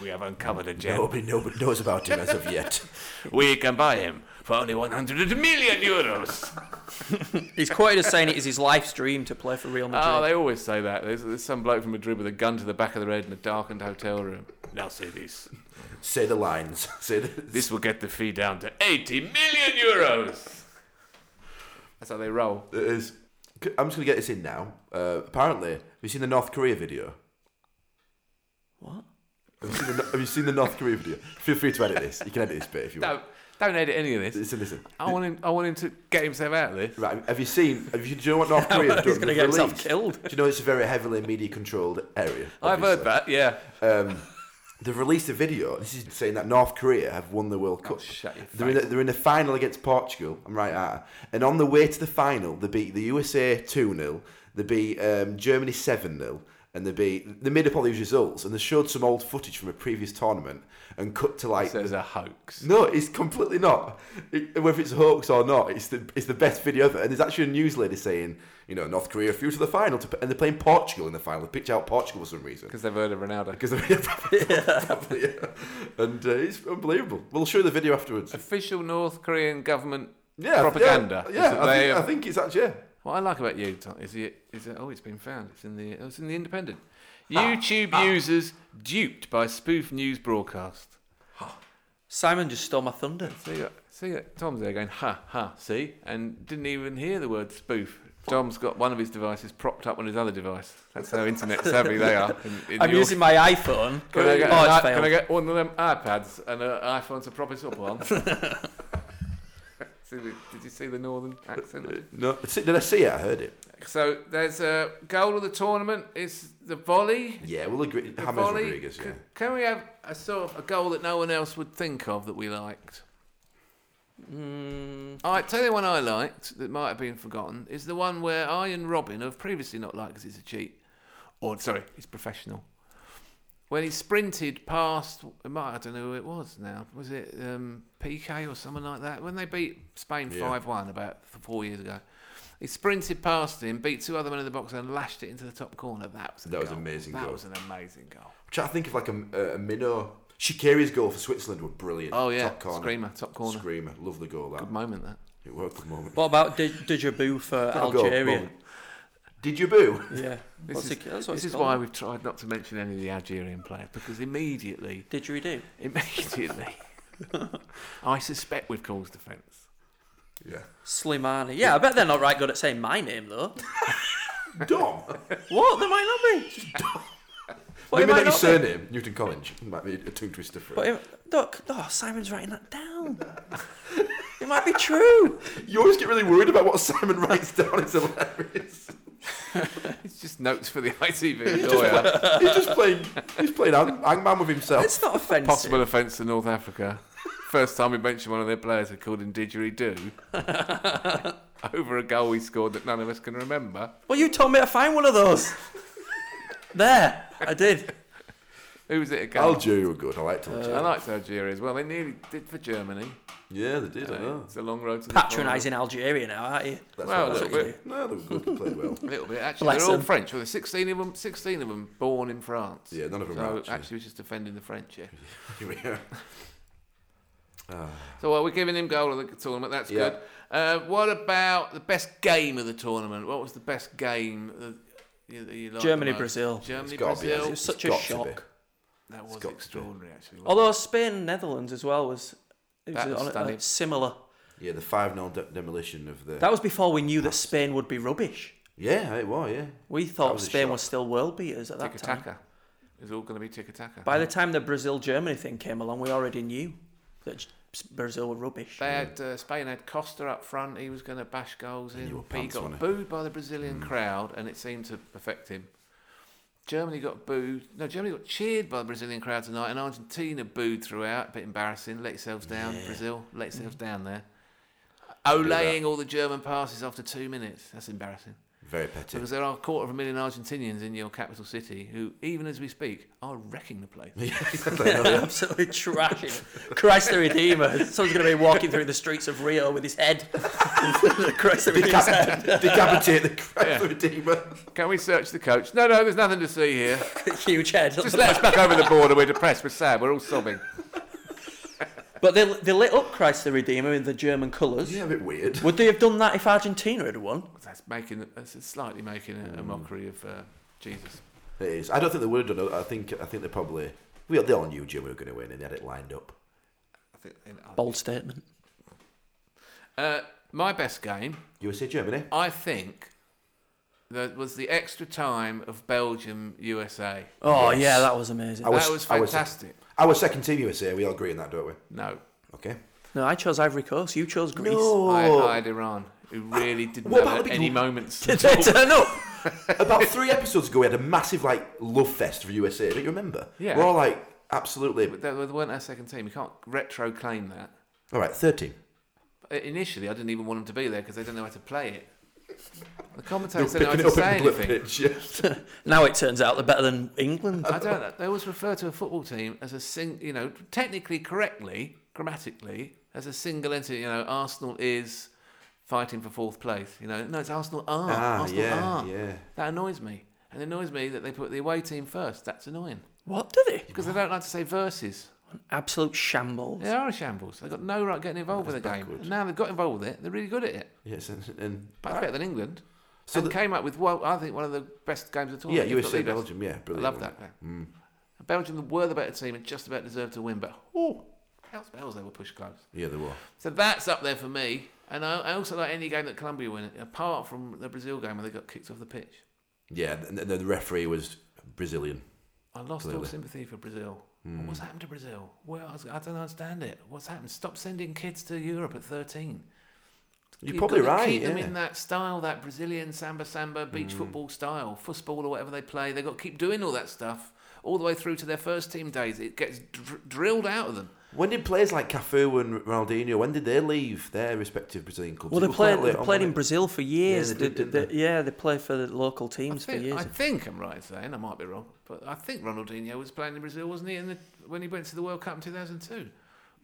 We have uncovered a gem. Nobody, nobody knows about him as of yet. We can buy him for only 100 million euros. He's quoted as saying it is his life's dream to play for Real Madrid. Oh, they always say that. There's, there's some bloke from Madrid with a gun to the back of their head in a darkened hotel room. Now say this. Say the lines. Say the, This will get the fee down to 80 million euros. That's how they roll. It is. C- I'm just gonna get this in now. Uh, apparently, have you seen the North Korea video? What? Have you, seen the, have you seen the North Korea video? Feel free to edit this. You can edit this bit if you want. Don't, don't edit any of this. Listen, listen. I want him. I want him to get himself out of this. Right, have you seen? Have you, do you know what North Korea have done? He's going to They've get himself released- killed. Do you know it's a very heavily media controlled area? I've heard that. Yeah. that. Um, they've released a video. This is saying that North Korea have won the World Cup. Oh, shut your they're, in the, they're in the final against Portugal. I'm right at it. And on the way to the final, they beat the USA 2 0, they beat um, Germany 7 0. And they beat. They made up all these results, and they showed some old footage from a previous tournament, and cut to like So it's a hoax. no, it's completely not. It, whether it's a hoax or not, it's the it's the best video ever. And there's actually a news lady saying, you know, North Korea through to the final, to, and they're playing Portugal in the final. They picked out Portugal for some reason. Because they've heard of Ronaldo. Because and uh, it's unbelievable. We'll show you the video afterwards. Official North Korean government Yeah, propaganda. is Yeah, that yeah I, they um, have- think, I think it's actually. Yeah. What I like about you, Tom, is it is it, oh, it's been found. It's in the oh, it's in the Independent. Ah, YouTube users duped by spoof news broadcast. Simon just stole my thunder. See, that- see, that? Tom's there going ha ha. See, and didn't even hear the word spoof. Dom's got one of his devices propped up on his other device. That's how internet savvy they are. in- in I'm your- using my iPhone. Can I, get an oh, it's i- failed. can I get one of them iPads and an iPhone to prop it up on? See the- Did you see the northern accent? No, did I see it? I heard it. So there's a goal of the tournament is the volley. Yeah, we'll agree. The James volley. Rodriguez. C- Yeah. Can we have a sort of a goal that no one else would think of that we liked? Mm, I tell you one I liked that might have been forgotten is the one where I and Robin have previously not liked because he's a cheat, or sorry, he's professional. When he sprinted past, I might- I don't know who it was now. Was it um, PK or someone like that? When they beat Spain Yeah. five one about f- four years ago, he sprinted past him, beat two other men in the box, and lashed it into the top corner. That was a That was goal. an amazing That goal. was an amazing goal. Trying to think of like a, a minnow. Shakiri's goal for Switzerland were brilliant. Oh yeah, top corner. screamer, top corner, Screamer. Love the goal. That good moment that. it worked at the moment. what about Di- Didgeridoo for That goal, Algeria? moment. Did you boo? Yeah. This What's is, it- that's what this it's is called. why we've tried not to mention any of the Algerian players because immediately Didgeridoo. immediately. I suspect we've caused offence. Yeah. Slimani. Yeah, I bet they're not right good at saying my name though. Dom. what? They might not be. Well, it Maybe not your might not be. surname. Newton College. Might be a tongue twister for But it. if, look, oh, Simon's writing that down. it might be true. You always get really worried about what Simon writes down. It's hilarious. It's just notes for the ITV lawyer. He's just playing. He's playing hang- hangman with himself. It's not offensive. Possible offence to North Africa. First time we mentioned one of their players who called him Didgeridoo over a goal he scored that none of us can remember. Well, you told me to find one of those. there, I did. Who was it again? Algeria were good. I liked Algeria. I liked Algeria as well. They nearly did for Germany. yeah, they did. I know. It's a long road to the Uh-huh. Patronising Algeria now, aren't you? That's Well, a what I was little thinking. No, they were good. They played well. final. A little bit. Actually, Bless they're all them. French. Well, there's 16 of them. 16 of them born in France. Yeah, none of them So were actually, actually. we're just defending the French. Yeah. yeah. So well, we're giving him goal of the tournament. That's Yeah. good. Uh, what about the best game of the tournament? What was the best game? That you, that you liked the Germany, most? Brazil. Germany It's gotta be, Brazil. It was It's such a got to be. shock. That was got to be. extraordinary, actually. wasn't Although Spain, Netherlands as well was, it was That was on a- stunning. similar. Yeah, the 5 0 de- demolition of the. That was before we knew that Spain would be rubbish. yeah, it was, yeah. We That thought was a Spain shock. was still world beaters at it? that Tiki time. Taka. It's all going to be tiki taka. By the time the Brazil Germany thing came along, we already knew that J- Brazil were rubbish. They had uh, Spain had Costa up front. He was going to bash goals in. you were But he pants, got wasn't booed by the Brazilian Mm. crowd, and it seemed to affect him. Germany got booed. No, Germany got cheered by the Brazilian crowd tonight, and Argentina booed throughout. bit embarrassing. Let yourselves down, Brazil. Let Mm. yourselves down there. Olaying all the German passes after two minutes. That's embarrassing. Very petty. Because there are a quarter of a million Argentinians in your capital city who, even as we speak, are wrecking the place. Absolutely trashing. it. Christ the Redeemer. Someone's going to be walking through the streets of Rio with his head. Christ the Redeemer's head. Decap- decapitate the Christ the Redeemer. Can we search the coach? No, no, there's nothing to see here. Huge head. Just let us back over the border. We're depressed. We're sad. We're all sobbing. But they, they lit up Christ the Redeemer in the German colours. Yeah, a bit weird. Would they have done that if Argentina had won? That's making that's slightly making a, a mockery of uh, Jesus. It is. I don't think they would have done it. I think, I think they probably. We, they all knew Jim were going to win and they had it lined up. I think. Bold statement. Uh, my best game, USA Germany? I think, that was the extra time of Belgium USA. Oh Yes. yeah, that was amazing. I was- that was I was- fantastic. Our second team USA, we all agree on that, don't we? no, Okay. No, I chose Ivory Coast. You chose Greece. I, I had Iran, who really didn't Oh. What have about the any big- moments. Did they turn up? About three episodes ago, we had a massive like love fest for USA. Don't you remember? Yeah. We're all like, absolutely. But they they weren't our second team. You can't retro claim that. All right, third team. But initially, I didn't even want them to be there because they didn't know how to play it. The commentators didn't know how to Picking it up say in the anything. pitch. yeah. Now it turns out they're better than England. I don't know. They always refer to a football team as a sing, you know, technically correctly, grammatically, as a single entity. You know, Arsenal is fighting for fourth place. You know, no, it's Arsenal are. Ah, Oh, Arsenal yeah, are. yeah. That annoys me. And it annoys me that they put the away team first. That's annoying. What do they? Because they don't like to say versus. Absolute shambles. They are a shambles. They've got no right Oh, getting involved with the game. And now they've got involved with it. They're really good at it. Yes, and, and Much better than England. So and the- came up with, well, I think one of the best games of the yeah, tournament. if not USA the best. Belgium. Yeah, I brilliant. love that game. Belgium were the better team and just about deserved to win, but oh, hell's bells they were pushed close. Yeah, they were. So that's up there for me. And I, I also like any game that Colombia win, apart from the Brazil game where they got kicked off the pitch. Yeah, and the, the referee was Brazilian. I lost all Clearly. sympathy for Brazil. What's happened to Brazil? Well, I was- I don't understand it. What's happened? Stop sending kids to Europe at 13. You're You've probably got to right. Keep them yeah. Mm. in that style, that Brazilian samba samba beach football style, football or whatever they play. They've got to keep doing all that stuff all the way through to their first team days. It gets dr- drilled out of them. When did players like Cafu and Ronaldinho? When did they leave their respective Brazilian clubs? Well, It they was quite played, they late on, played in wasn't Brazil for years. Yeah, they did, They- didn't they- yeah, they played for the local I teams for think, years. I think I'm right in saying, I might be wrong, but I think Ronaldinho was playing in Brazil, wasn't he, in the, when he went to the World Cup in 2002? it?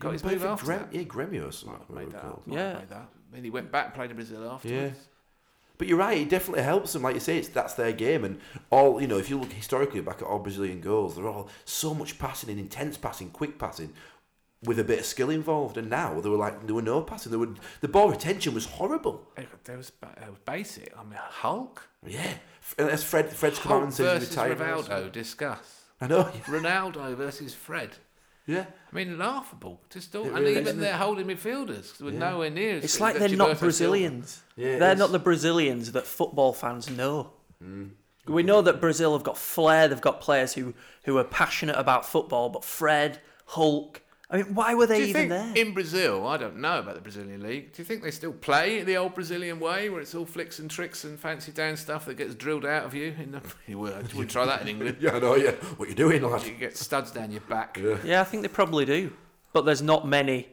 Got his They played move for after Grem- that. Yeah, Gremio or something. Made whatever it that was up. called. Might Yeah. have made that. Then he went back, and played in Brazil afterwards. But you're right. It definitely helps them. Like you say, it's that's their game, and all you know. If you look historically back at all Brazilian goals, they're all so much passing and intense passing, quick passing, with a bit of skill involved. And now there were like there were no passing. There were the ball retention was horrible. It, it was, ba- it was basic. I mean, Hulk. Yeah, F- as Fred Fred's come out Hulk and says he's versus retired. Rivaldo. Discuss. I know. Ronaldo versus Fred. Yeah, I mean, laughable. Just all, It and really even is. their holding midfielders were nowhere near. as It's good like as they're not Gilberto Silva. Brazilians. Yeah, it they're is. Mm. not the Brazilians that football fans know. We know that Brazil have got flair. They've got players who, who are passionate about football. But Fred, Hulk. I mean, why were Do they you even think there? in Brazil? I don't know about the Brazilian league. Do you think they still play the old Brazilian way, where it's all flicks and tricks and fancy down stuff that gets drilled out of you? In the, you would would try that in England. yeah, I know. Yeah, what you doing, lad? You get studs down your back. yeah, I think they probably do. But there's not many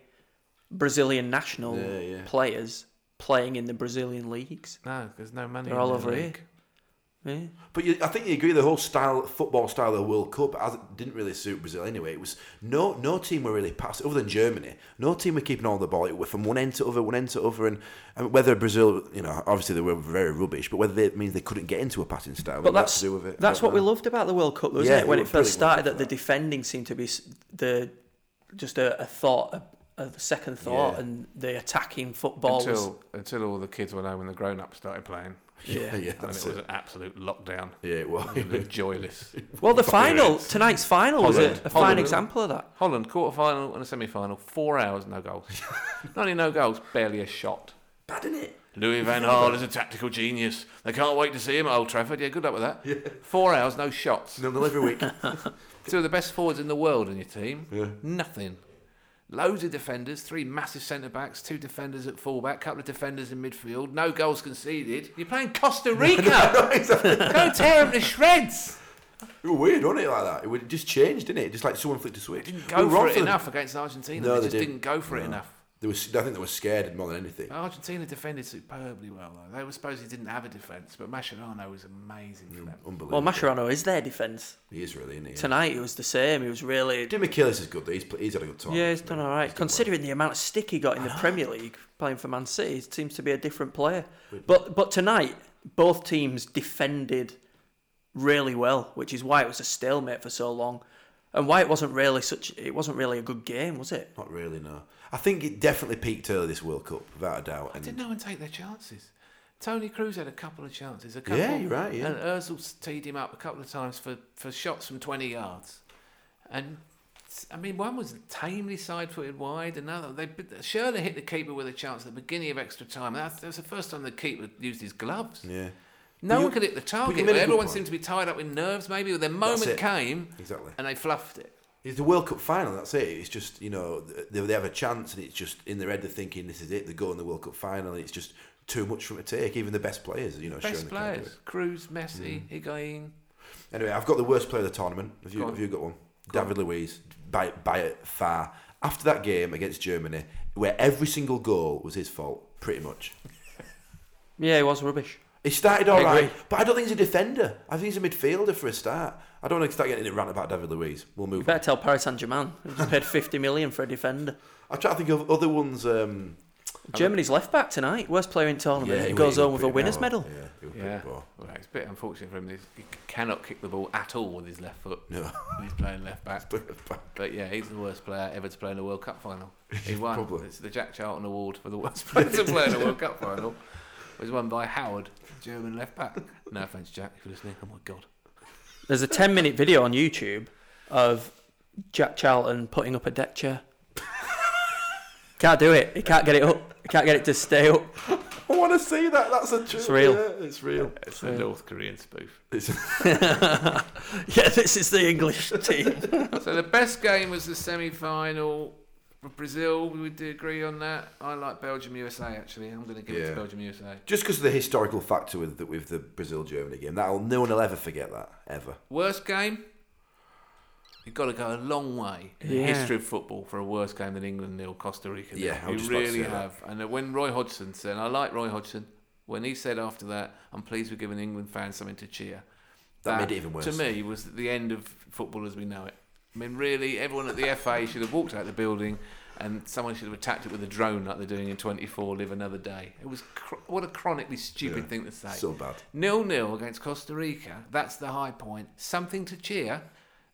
Brazilian national Yeah, yeah. players playing in the Brazilian leagues. No, there's no money. They're in all the over league. here. Yeah. But you, I think you agree the whole style, football style of the World Cup as it didn't really suit Brazil anyway. It was no no team were really passing other than Germany. No team were keeping all the ball. It was from one end to other, one end to other, and, and whether Brazil, you know, obviously they were very rubbish, but whether they, it means they couldn't get into a passing style. But it had that's to do with it. I that's don't what we know. loved about the World Cup, though, isn't Yeah, it? it When it was first brilliant World started, Cup that the for that. defending seemed to be s- the just a, a thought, a, a second thought, Yeah. and the attacking football was Until until all the kids went home and the grown ups started playing. Yeah, yeah, and it that's was it. an absolute lockdown. Yeah, it was. It was joyless. well. The Fucking final idiots. tonight's final was a, Holland. a fine Holland. example of that. Holland quarter final and a semi final. Four hours, no goals. Not only no goals, barely a shot. Bad, isn't it? Louis Van Gaal is a tactical genius. They can't wait to see him at Old Trafford. Yeah, good luck with that. Four hours, no shots. No, no, every week. Two of the best forwards in the world in your team. Yeah. Nothing. Loads of defenders, three massive centre backs, two defenders at fullback, couple of defenders in midfield, no goals conceded. You're playing Costa Rica. no, exactly. Go tear them to shreds. It was weird, wasn't it? Like that. It was- just changed, didn't it? Just like someone flicked a switch. Didn't We go were wrong for it them. enough against Argentina. No, they they just didn't. didn't go for it No. enough. They were, I think they were scared more than anything. Argentina defended superbly well, though. They were supposed to didn't have a defence, but Mascherano was amazing Mm. for them. Unbelievable. Well, Mascherano is their defence he is really, isn't he? tonight. It was the same. He was really Jimmy Killis is good. though. He's pl- he's had a good time. yeah, he's done all right considering the amount of stick he got in the Premier League playing for Man City. He seems to be a different player. But but tonight, both teams defended really well, which is why it was a stalemate for so long, and why it wasn't really such. It wasn't really a good game, was it? Not really, no. I think it definitely peaked early this World Cup, without a doubt. Did And no one take their chances? Tony Cruz had a couple of chances. A couple, Yeah, you're right, yeah. And Özil teed him up a couple of times for, for shots from 20 yards. And, I mean, one was tamely side-footed wide. Another, they Schürrle hit the keeper with a chance at the beginning of extra time. That, that was the first time the keeper used his gloves. yeah, No But one you- could hit the made target. a But good everyone point. seemed to be tied up in nerves. Maybe the moment it. came, exactly. and they fluffed it. It's the World Cup final. That's it. It's just you know they, they have a chance, and it's just in their head they're thinking this is it. They go in the World Cup final, and it's just too much for them to take. Even the best players, you know, showing Best they can't do players: Cruz, Messi, Higuain. it. Anyway, I've got the worst player of the tournament. Have you? Go on. Have you got one? David Luiz by by far. After that game against Germany, where every single goal was his fault, pretty much. Yeah, it was rubbish. He started all agree. right, but I don't think he's a defender. I think he's a midfielder for a start. I don't want to start getting into a rant about David Luiz. We'll move. on. Better tell Paris Saint Germain. They just paid fifty million for a defender. I try to think of other ones. Um, Germany's left back tonight, worst player in tournament. he He was- goes he was home with a pretty winners poor. medal. Yeah, he was Yeah, pretty poor. Well, it's a bit unfortunate for him. that He cannot kick the ball at all with his left foot. No. When he's playing left back. But yeah, he's the worst player ever to play in a World Cup final. He won. Probably. It's the Jack Charlton Award for the worst player to play in a World Cup final. It was won by Howard, German left back. No offense, Jack, if you're listening. Oh my God. There's a 10 minute video on YouTube of Jack Charlton putting up a deck chair. can't do it. He can't get it up. He can't get it to stay up. I want to see that. That's a true. It's real. Yeah, it's real. It's a North Korean spoof. It's, Yeah, this is the English team. So the best game was the semi-final. Brazil, we would agree on that. I like Belgium USA actually. I'm going to give it Yeah. to Belgium USA. just because of the historical factor with the, with the Brazil Germany game, that'll no one will ever forget that ever. Worst game? You've got to go a long way in the Yeah. history of football for a worse game than England nil Costa Rica. nil. Yeah, I you was just about to really say that. have. And when Roy Hodgson said, I like Roy Hodgson, when he said after that, I'm pleased we're giving England fans something to cheer. That made it even To worse. me, was the end of football as we know it. I mean, really, everyone at the FA should have walked out the building and someone should have attacked it with a drone like they're doing in 24, live another day. It was cr- what a chronically stupid Yeah. thing to say. So bad. Nil nil against Costa Rica. That's the high point. Something to cheer.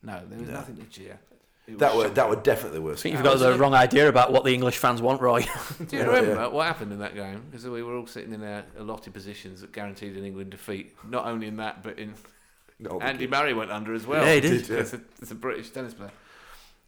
No, there was nothing to cheer. It That was were that were definitely the worst. You've got the wrong idea about what the English fans want, Roy. shocking. Do you remember what happened in that game? Because we were all sitting in our allotted positions that guaranteed an England defeat. Not only in that, but in No, Andy Murray went under as well. Yeah, he did, yeah. It's, a, it's a British tennis player.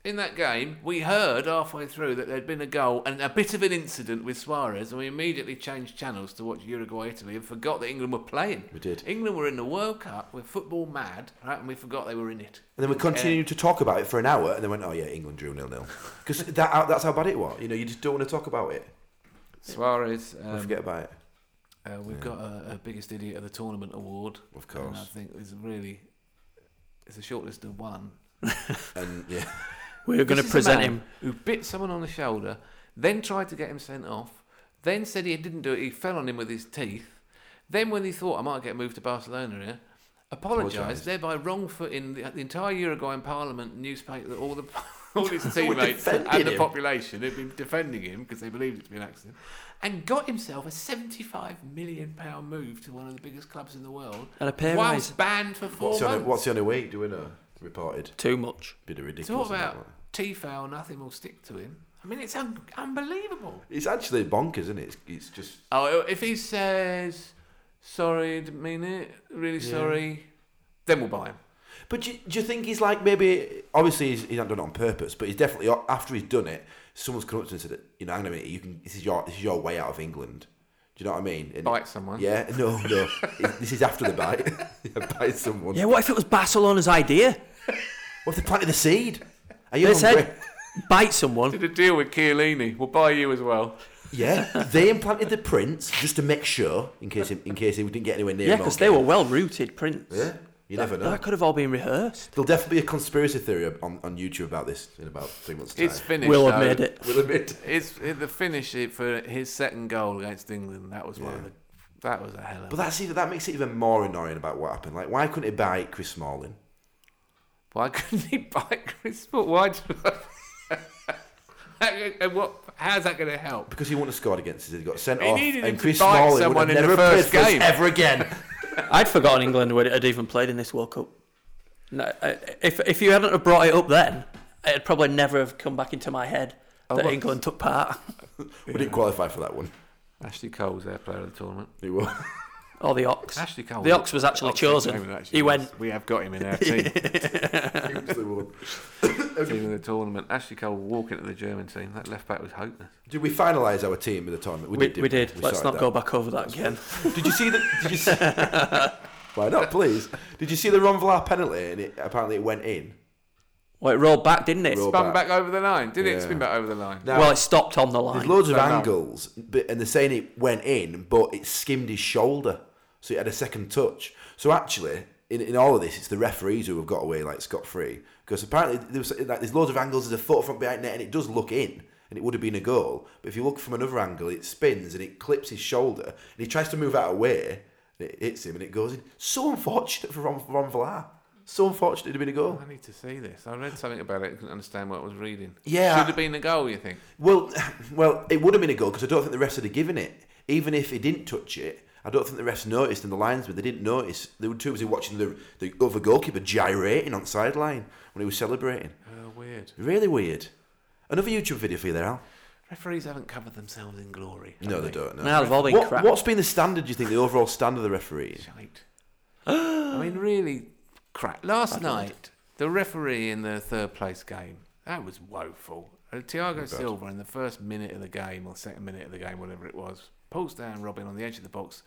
In that game, we heard halfway through that there'd been a goal and a bit of an incident with Suarez, and we immediately changed channels to watch Uruguay Italy and forgot that England were playing. We did. England were in the World Cup. We're football mad, right? And we forgot they were in it. And then we continued to talk about it for an hour, and then went, "Oh yeah, England drew nil nil," because that that's how bad it was. You know, you just don't want to talk about it. Suarez. We Um, forget about it. uh, we've got a, a biggest idiot of the tournament award. Of And I course. think it's really it's a shortlist of one. And yeah, We're going This to is a present man him. Who bit someone on the shoulder, then tried to get him sent off, then said he didn't do it, he fell on him with his teeth. Then, when he thought, I might get moved to Barcelona here, apologised, Apologised. thereby wrong footing the, the entire Uruguayan Parliament newspaper, all the. All his teammates defending and the him. population had been defending him because they believed it to be an accident, and got himself a seventy-five million pound move to one of the biggest clubs in the world, And a pay rise. whilst banned for four what's the, only, months. what's the only week? Do we know? Reported. Too much. Bit of ridiculous. Talk amount, about wasn't T-foul, nothing will stick to him. I mean, it's un- unbelievable. it? It's actually bonkers, isn't it? It's, it's just Oh, if he says, sorry, didn't mean it, really Yeah. sorry, then we'll buy him. But do, do you think he's like maybe? Obviously, he's, he's not done it on purpose, but he's definitely after he's done it. Someone's come up to him and said, "You know, hang on a minute. You can. This is your. This is your way out of England. Do you know what I mean?" And- Bite someone. Yeah. No. No. It- this is after the bite. yeah, bite someone. Yeah, what if it was Barcelona's idea? What if they planted the seed? Are you They hungry? said, bite someone. Did a deal with Chiellini. We'll buy you as well. Yeah. They implanted the prints just to make sure, in case he, in case he didn't get anywhere near. Yeah, him because or they came. were well rooted prints. Yeah. You That- never know. That could have all been rehearsed. There'll definitely be a conspiracy theory on, on YouTube about this in about three months' time. It's finished. Will though. have made it. We'll admit. It's it, the finish it for his second goal against England. That was one of the. That was a hell of. But a that's even, that makes it even more annoying about what happened. Like, why couldn't he buy Chris Smalling? Why couldn't he buy Chris? Paul? Why? Do, and what? How's that going to help? Because he wouldn't have scored against us. He got sent He off, needed him and to Chris buy Smalling someone would in the have never played first for us game. ever again. I'd forgotten England would- had even played in this World Cup. No, I- if if you hadn't have brought it up then, it'd probably never have come back into my head that well- England took part We didn't qualify for that one. Ashley Cole's their player of the tournament. He was. or the Ox. Ashley Cole. The Ox was actually Ox chosen. came and he went. We have got him in our team. He was the one. team of the tournament. Ashley Cole walking to the German team. That left back was hopeless. Did we finalise our team with the tournament? We, we did. Let's sorted not that. go back over that again. Did you see the? Did you see, why not? Please. Did you see the Ron Villar penalty? And it apparently it went in. Well, it rolled back, didn't it? Rolled Spun back over the line, did it? Yeah. Spin back over the line. Now, Well, it stopped on the there's line. loads of No, no. angles, but, and they're saying it went in, but it skimmed his shoulder, so it had a second touch. So actually, in, in all of this, it's the referees who have got away like scot free because apparently there was, like, there's loads of angles. There's a foot from behind net, and it does look in. And it would have been a goal, but if you look from another angle, it spins and it clips his shoulder, and he tries to move out of way, and it hits him, and it goes in. So unfortunate for Ron, Ron Villar. So unfortunate it'd have been a goal. I need to see this. I read something about it. Couldn't understand what I was reading. Yeah. should have been a goal. You think? Well, well, it would have been a goal because I don't think the refs would have given it. Even if he didn't touch it, I don't think the refs noticed and the linesmen they didn't notice. They were too busy watching the the other goalkeeper gyrating on sideline when he was celebrating. Oh, weird. Really weird. Another YouTube video for you there, Al. Referees haven't covered themselves in glory. have No, they don't. No. Now they've all been What, crap. what's been the standard? Do you think the overall standard of the referee? Shite. I mean, really crap. Last night, the referee in the third place game. That was woeful. Uh, Thiago Silva in the first minute of the game or second minute of the game, whatever it was, pulls down Robin on the edge of the box,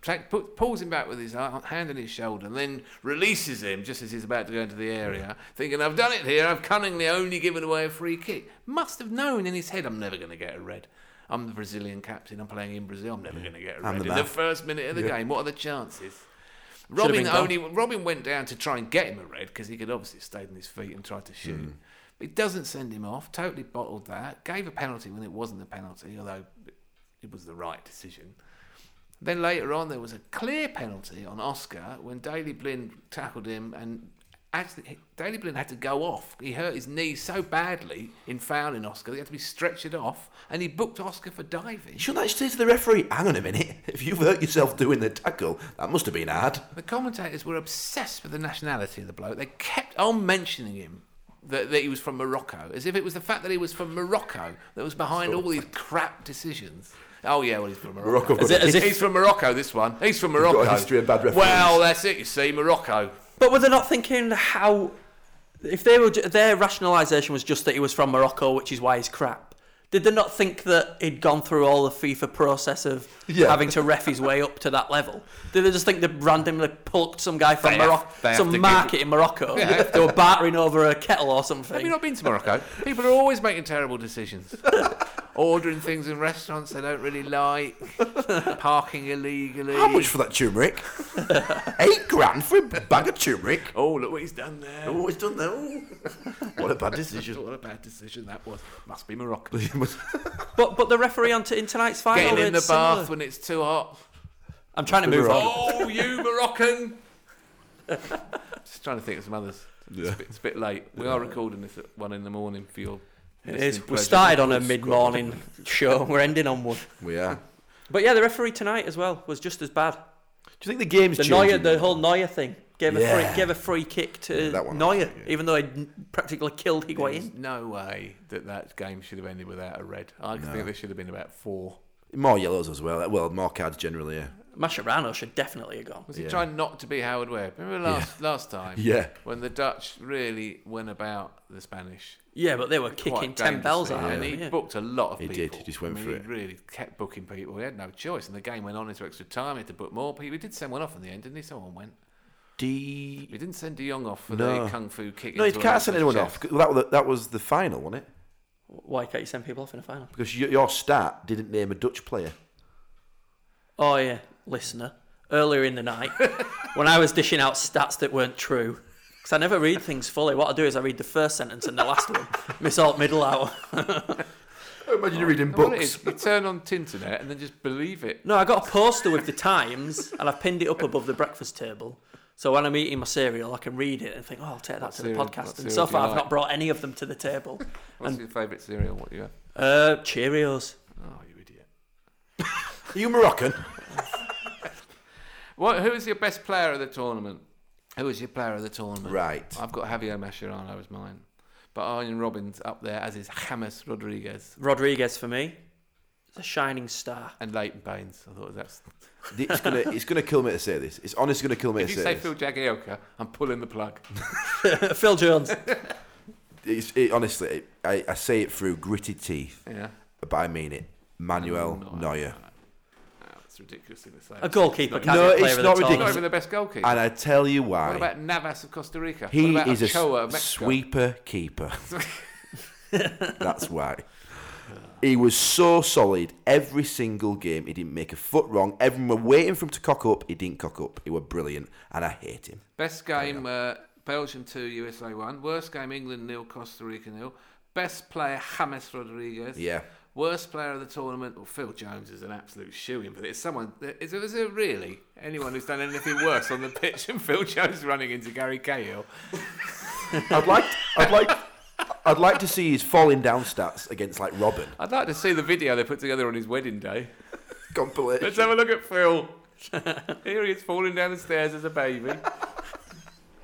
track, put, pulls him back with his ar- hand on his shoulder, and then releases him just as he's about to go into the area, thinking, "I've done it here. I've cunningly only given away a free kick." Must have known in his head, "I'm never going to get a red." I'm the Brazilian captain. I'm playing in Brazil. I'm never going to get a I'm red the in the man. first minute of the game. What are the chances? Should've Robin been gone. only Robin went down to try and get him a red because he could obviously have stayed on his feet and tried to shoot. Mm. But he doesn't send him off. Totally bottled that. Gave a penalty when it wasn't a penalty, although it was the right decision. Then later on, there was a clear penalty on Oscar when Daley Blin tackled him, and actually Daley Blin had to go off. He hurt his knee so badly in fouling Oscar, he had to be stretchered off, and he booked Oscar for diving. Shouldn't that say to the referee, hang on a minute, if you've hurt yourself doing the tackle, that must have been hard. The commentators were obsessed with the nationality of the bloke. They kept on mentioning him that, that he was from Morocco, as if it was the fact that he was from Morocco that was behind all these crap decisions. Oh yeah, well he's from Morocco. Morocco, As, i- He's as if, from Morocco. This one. He's from got a Morocco. history of bad referees. Well, that's it. You see, Morocco. but were they not thinking how? If they were, ju- their rationalisation was just that he was from Morocco, which is why he's crap. Did they not think that he'd gone through all the FIFA process of Yeah. having to ref his way up to that level? Did they just think they randomly plucked some guy from They have- Morocco, they have to some give- market in Morocco? Yeah. They were bartering over a kettle or something. Have you not been to Morocco? People are always making terrible decisions. Ordering things in restaurants they don't really like. Parking illegally. How much for that turmeric? Eight grand for a bag of turmeric. Oh, look what he's done there. Oh, it's done there. Oh. What a bad decision. What a bad decision that was. Must be Morocco. But but the referee on t- in tonight's final. Getting in the it's bath similar. when it's too hot. I'm trying to move on. Oh, you Moroccan! Just trying to think of some others. It's, Yeah. a bit, it's a bit late. We are recording this at one in the morning for your. It listening is. We pleasure. started on a mid-morning show. and We're ending on one. we are. But yeah, the referee tonight as well was just as bad. Do you think the game's The changing? Neuer, the whole Neuer thing gave a Yeah. free, gave a free kick to that one I Neuer, think, yeah. even though he practically killed There's Higuain. no way that that game should have ended without a red. I think there should have been about four. More yellows as well. Well, more cards generally, yeah. Mascherano should definitely have gone. Was he Yeah. trying not to be Howard Webb? Remember last last time? Yeah. When the Dutch really went about the Spanish. Yeah, but they were quite kicking ten bells dangerously, at him. And he yeah. booked a lot of He people. did, he just I went mean, for he it. really kept booking people. He had no choice. And the game went on into extra time. He had to book more people. He did send one off in the end, didn't he? Someone went. D. He didn't send De Jong off for No. the Kung Fu kick. No, you into can't Alonso's send anyone chest. off. Well, That was, the, that was the final, wasn't it? Why can't you send people off in a final? Because your, your stat didn't name a Dutch player. Oh yeah, listener. Earlier in the night, when I was dishing out stats that weren't true, because I never read things fully. What I do is I read the first sentence and the last one, miss out middle out. Oh, Imagine you're reading And What it is, you turn on Tinternet and then just believe it. No, I got a poster with the times, and I've pinned it up above the breakfast table. So when I'm eating my cereal, I can read it and think, "Oh, I'll take that to the cereal- what podcast." And cereal so do you far, I've like? not brought any of them to the table. What's your favourite cereal? What you have? Uh, Cheerios. Oh, you idiot. Are you Moroccan? What, who is your best player of the tournament? Who is your player of the tournament? Right. I've got Javier Mascherano as mine. But Arjen Robbins up there, as is James Rodriguez Rodriguez for me. It's a shining star. and Leighton Baines. I thought that's. It's gonna, it's gonna kill me to say this. It's honestly gonna kill me If to you say, say this. Phil Jagielka, I'm pulling the plug. Phil Jones. It's, it, honestly, it, I, I say it through gritted teeth, Yeah. but I mean it. Manuel No, I- Neuer. Oh, it's ridiculous in the same. A goalkeeper Not can't even- No, be a player it's of the not tournament. Not ridiculous. even the best goalkeeper. And I tell you why. what about Navas of Costa Rica? he what about is a Ochoa of s- Mexico? sweeper keeper. That's why. He was so solid every single game. He didn't make a foot wrong. Everyone were waiting for him to cock up. He didn't cock up. He were brilliant, and I hate him. Best game, uh, Belgium 2, USA 1. Worst game, England nil, Costa Rica nil. Best player, James Rodriguez. Yeah. Worst player of the tournament, well, Phil Jones is an absolute shoe in for this. Someone, is, is there really anyone who's done anything worse on the pitch than Phil Jones running into Gary Cahill? I'd like, I'd like, I'd like to see his falling down stats against like Robin. I'd like to see the video they put together on his wedding day. Let's Compilation. have a look at Phil. Here he is falling down the stairs as a baby.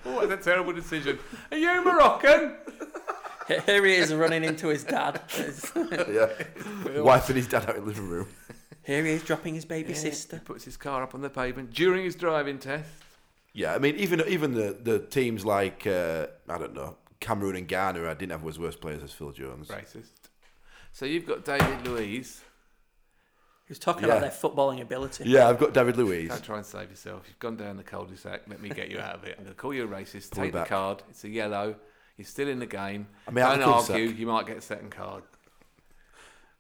Oh, that's a terrible decision. Are you Moroccan? Here he is running into his dad. Yeah. Wife and his dad out in the living room. Here he is dropping his baby He sister. puts his car up on the pavement during his driving test. Yeah, I mean, even even the the teams like uh, I don't know, Cameroon and Ghana, who I didn't have as worst players as Phil Jones. Racist. So you've got David Luiz. He was talking Yeah. about their footballing ability. Yeah, I've got David Luiz. Don't try and save yourself. You've gone down the cul-de-sac. Let me get you out of it. I'm going to call you a racist. Pull Take the back. card. It's a yellow. You're still in the game. I mean, I Don't could argue. suck. You might get a second card.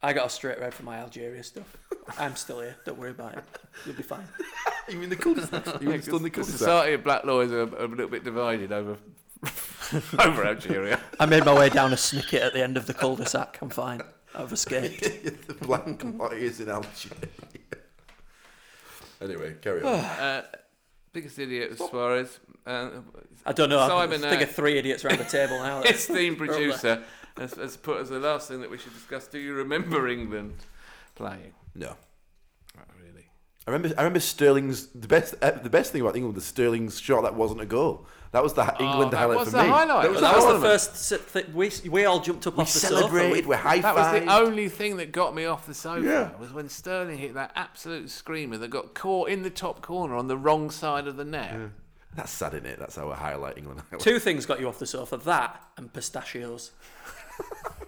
I got a straight red for my Algeria stuff. I'm still here. Don't worry about it. You'll be fine. You mean the cul-de-sac? You Yeah, mean still in the 'cause cul-de-sac? society of black lawyers are are a little bit divided over over Algeria. I made my way down a snicket at the end of the cul-de-sac. I'm fine. I've escaped. the black lawyers in Algeria. anyway, carry on. Uh, biggest idiot was Suarez. Uh, I don't know. Simon, I think uh, of three idiots around the table now. esteemed producer has, has put as the last thing that we should discuss. Do you remember England playing? no. Not really. I remember, I remember Sterling's the best. Uh, the best thing about England was Sterling's shot that wasn't a goal. That was the hi- Oh, England that highlight was for the me. highlight. That was, That the, was the highlight. first si- thi- we we all jumped up We off the celebrated. sofa. We're high That was the five. only thing that got me off the sofa Yeah. was when Sterling hit that absolute screamer that got caught in the top corner on the wrong side of the net. That's sad, isn't it? That's our highlight England. Highlight. Two things got you off the sofa: that and pistachios.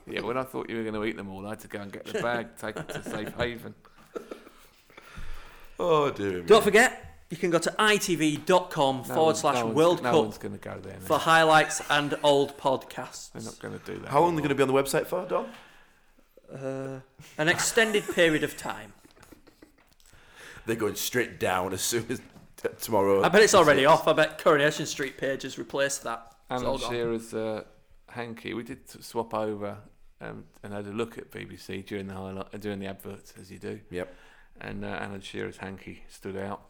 Yeah, when I thought you were going to eat them all, I had to go and get the bag, take it to safe haven. Oh dear. me. Don't forget, you can go to itv.com No forward one- slash no one's- World No one's Cup going to go there. Now. for highlights and old They're podcasts. not going to do that. How long are anymore. they going to be on the website for, Don? Uh, an extended period of time. They're going straight down as soon as t- tomorrow. I bet it's already off. I bet Coronation Street page has replaced that. It's all Alan gone. Shearer's uh, hanky. We did s- swap over um, and had a look at BBC during the highlight, uh, during the adverts, as you do. Yep. And uh, Alan Shearer's hanky stood out.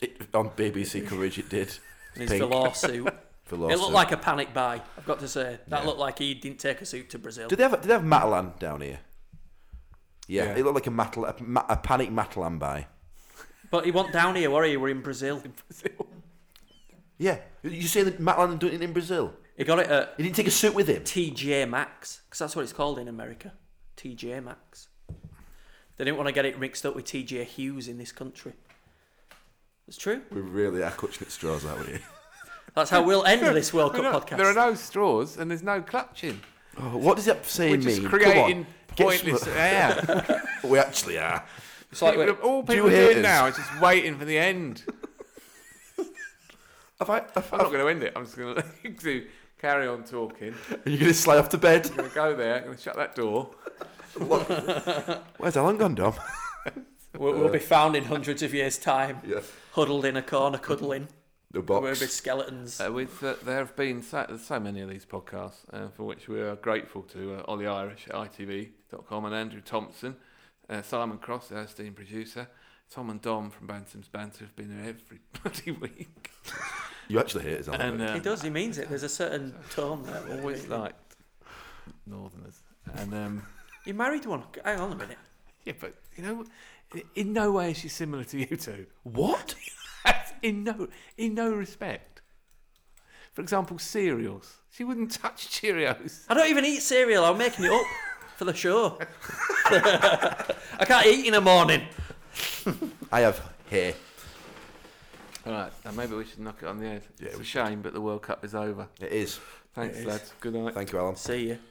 It, on BBC coverage, it did. And his Pink. velour suit. For It lawsuit. looked like a panic buy. I've got to say that Yeah. looked like he didn't take a suit to Brazil. Did they have? Did they have Matalan down here? Yeah, Yeah. it looked like a, Matal, a, ma- a panic Matalan buy. But he went down here, were he? He We're in Brazil. Yeah, you saying that Matalan done it in Brazil? He got it at He didn't take a suit with him. TJ Maxx because that's what it's called in America. TJ Maxx. They didn't want to get it mixed up with TJ Hughes in this country. It's true. We really are clutching at straws, aren't we? That's how we'll end this World We're Cup not- podcast. There are no straws and there's no clutching. oh, what does that say We're mean? just Come creating on, get pointless some- air. we actually are. It's like People- we're- all Do people are you doing haters? now is just waiting for the end. Have I? Have I'm not going to end it. I'm just going to let you carry on talking. I- Are you going to slide off to bed? I'm going to go there. I'm going to shut that door. Where's Alan gone, Dom? we'll, we'll be found in hundreds of years' time, Yeah, huddled in a corner, cuddling. the We'll be box. skeletons. Uh, we've, uh, there have been so, so many of these podcasts uh, for which we are grateful to uh, Ollie Irish at ITV.com and Andrew Thompson, uh, Simon Cross, our esteemed producer, Tom and Dom from Bantam's Banter have been there every bloody week. You actually hate us, Alan. And uh, he does. He means it. There's a certain tone there. I've always liked Northerners. And um, You married one. Hang on a minute. yeah, but you know, in no way is she similar to you two. what? in no, in no respect. For example, cereals. She wouldn't touch Cheerios. I don't even eat cereal. I'm making it up for the show. I can't eat in the morning. I have hair. All right, and maybe we should knock it on the head. Yeah, it's we a shame, but the World Cup is over. It is. Thanks, is. lads. Good night. Thank you, Alan. See you.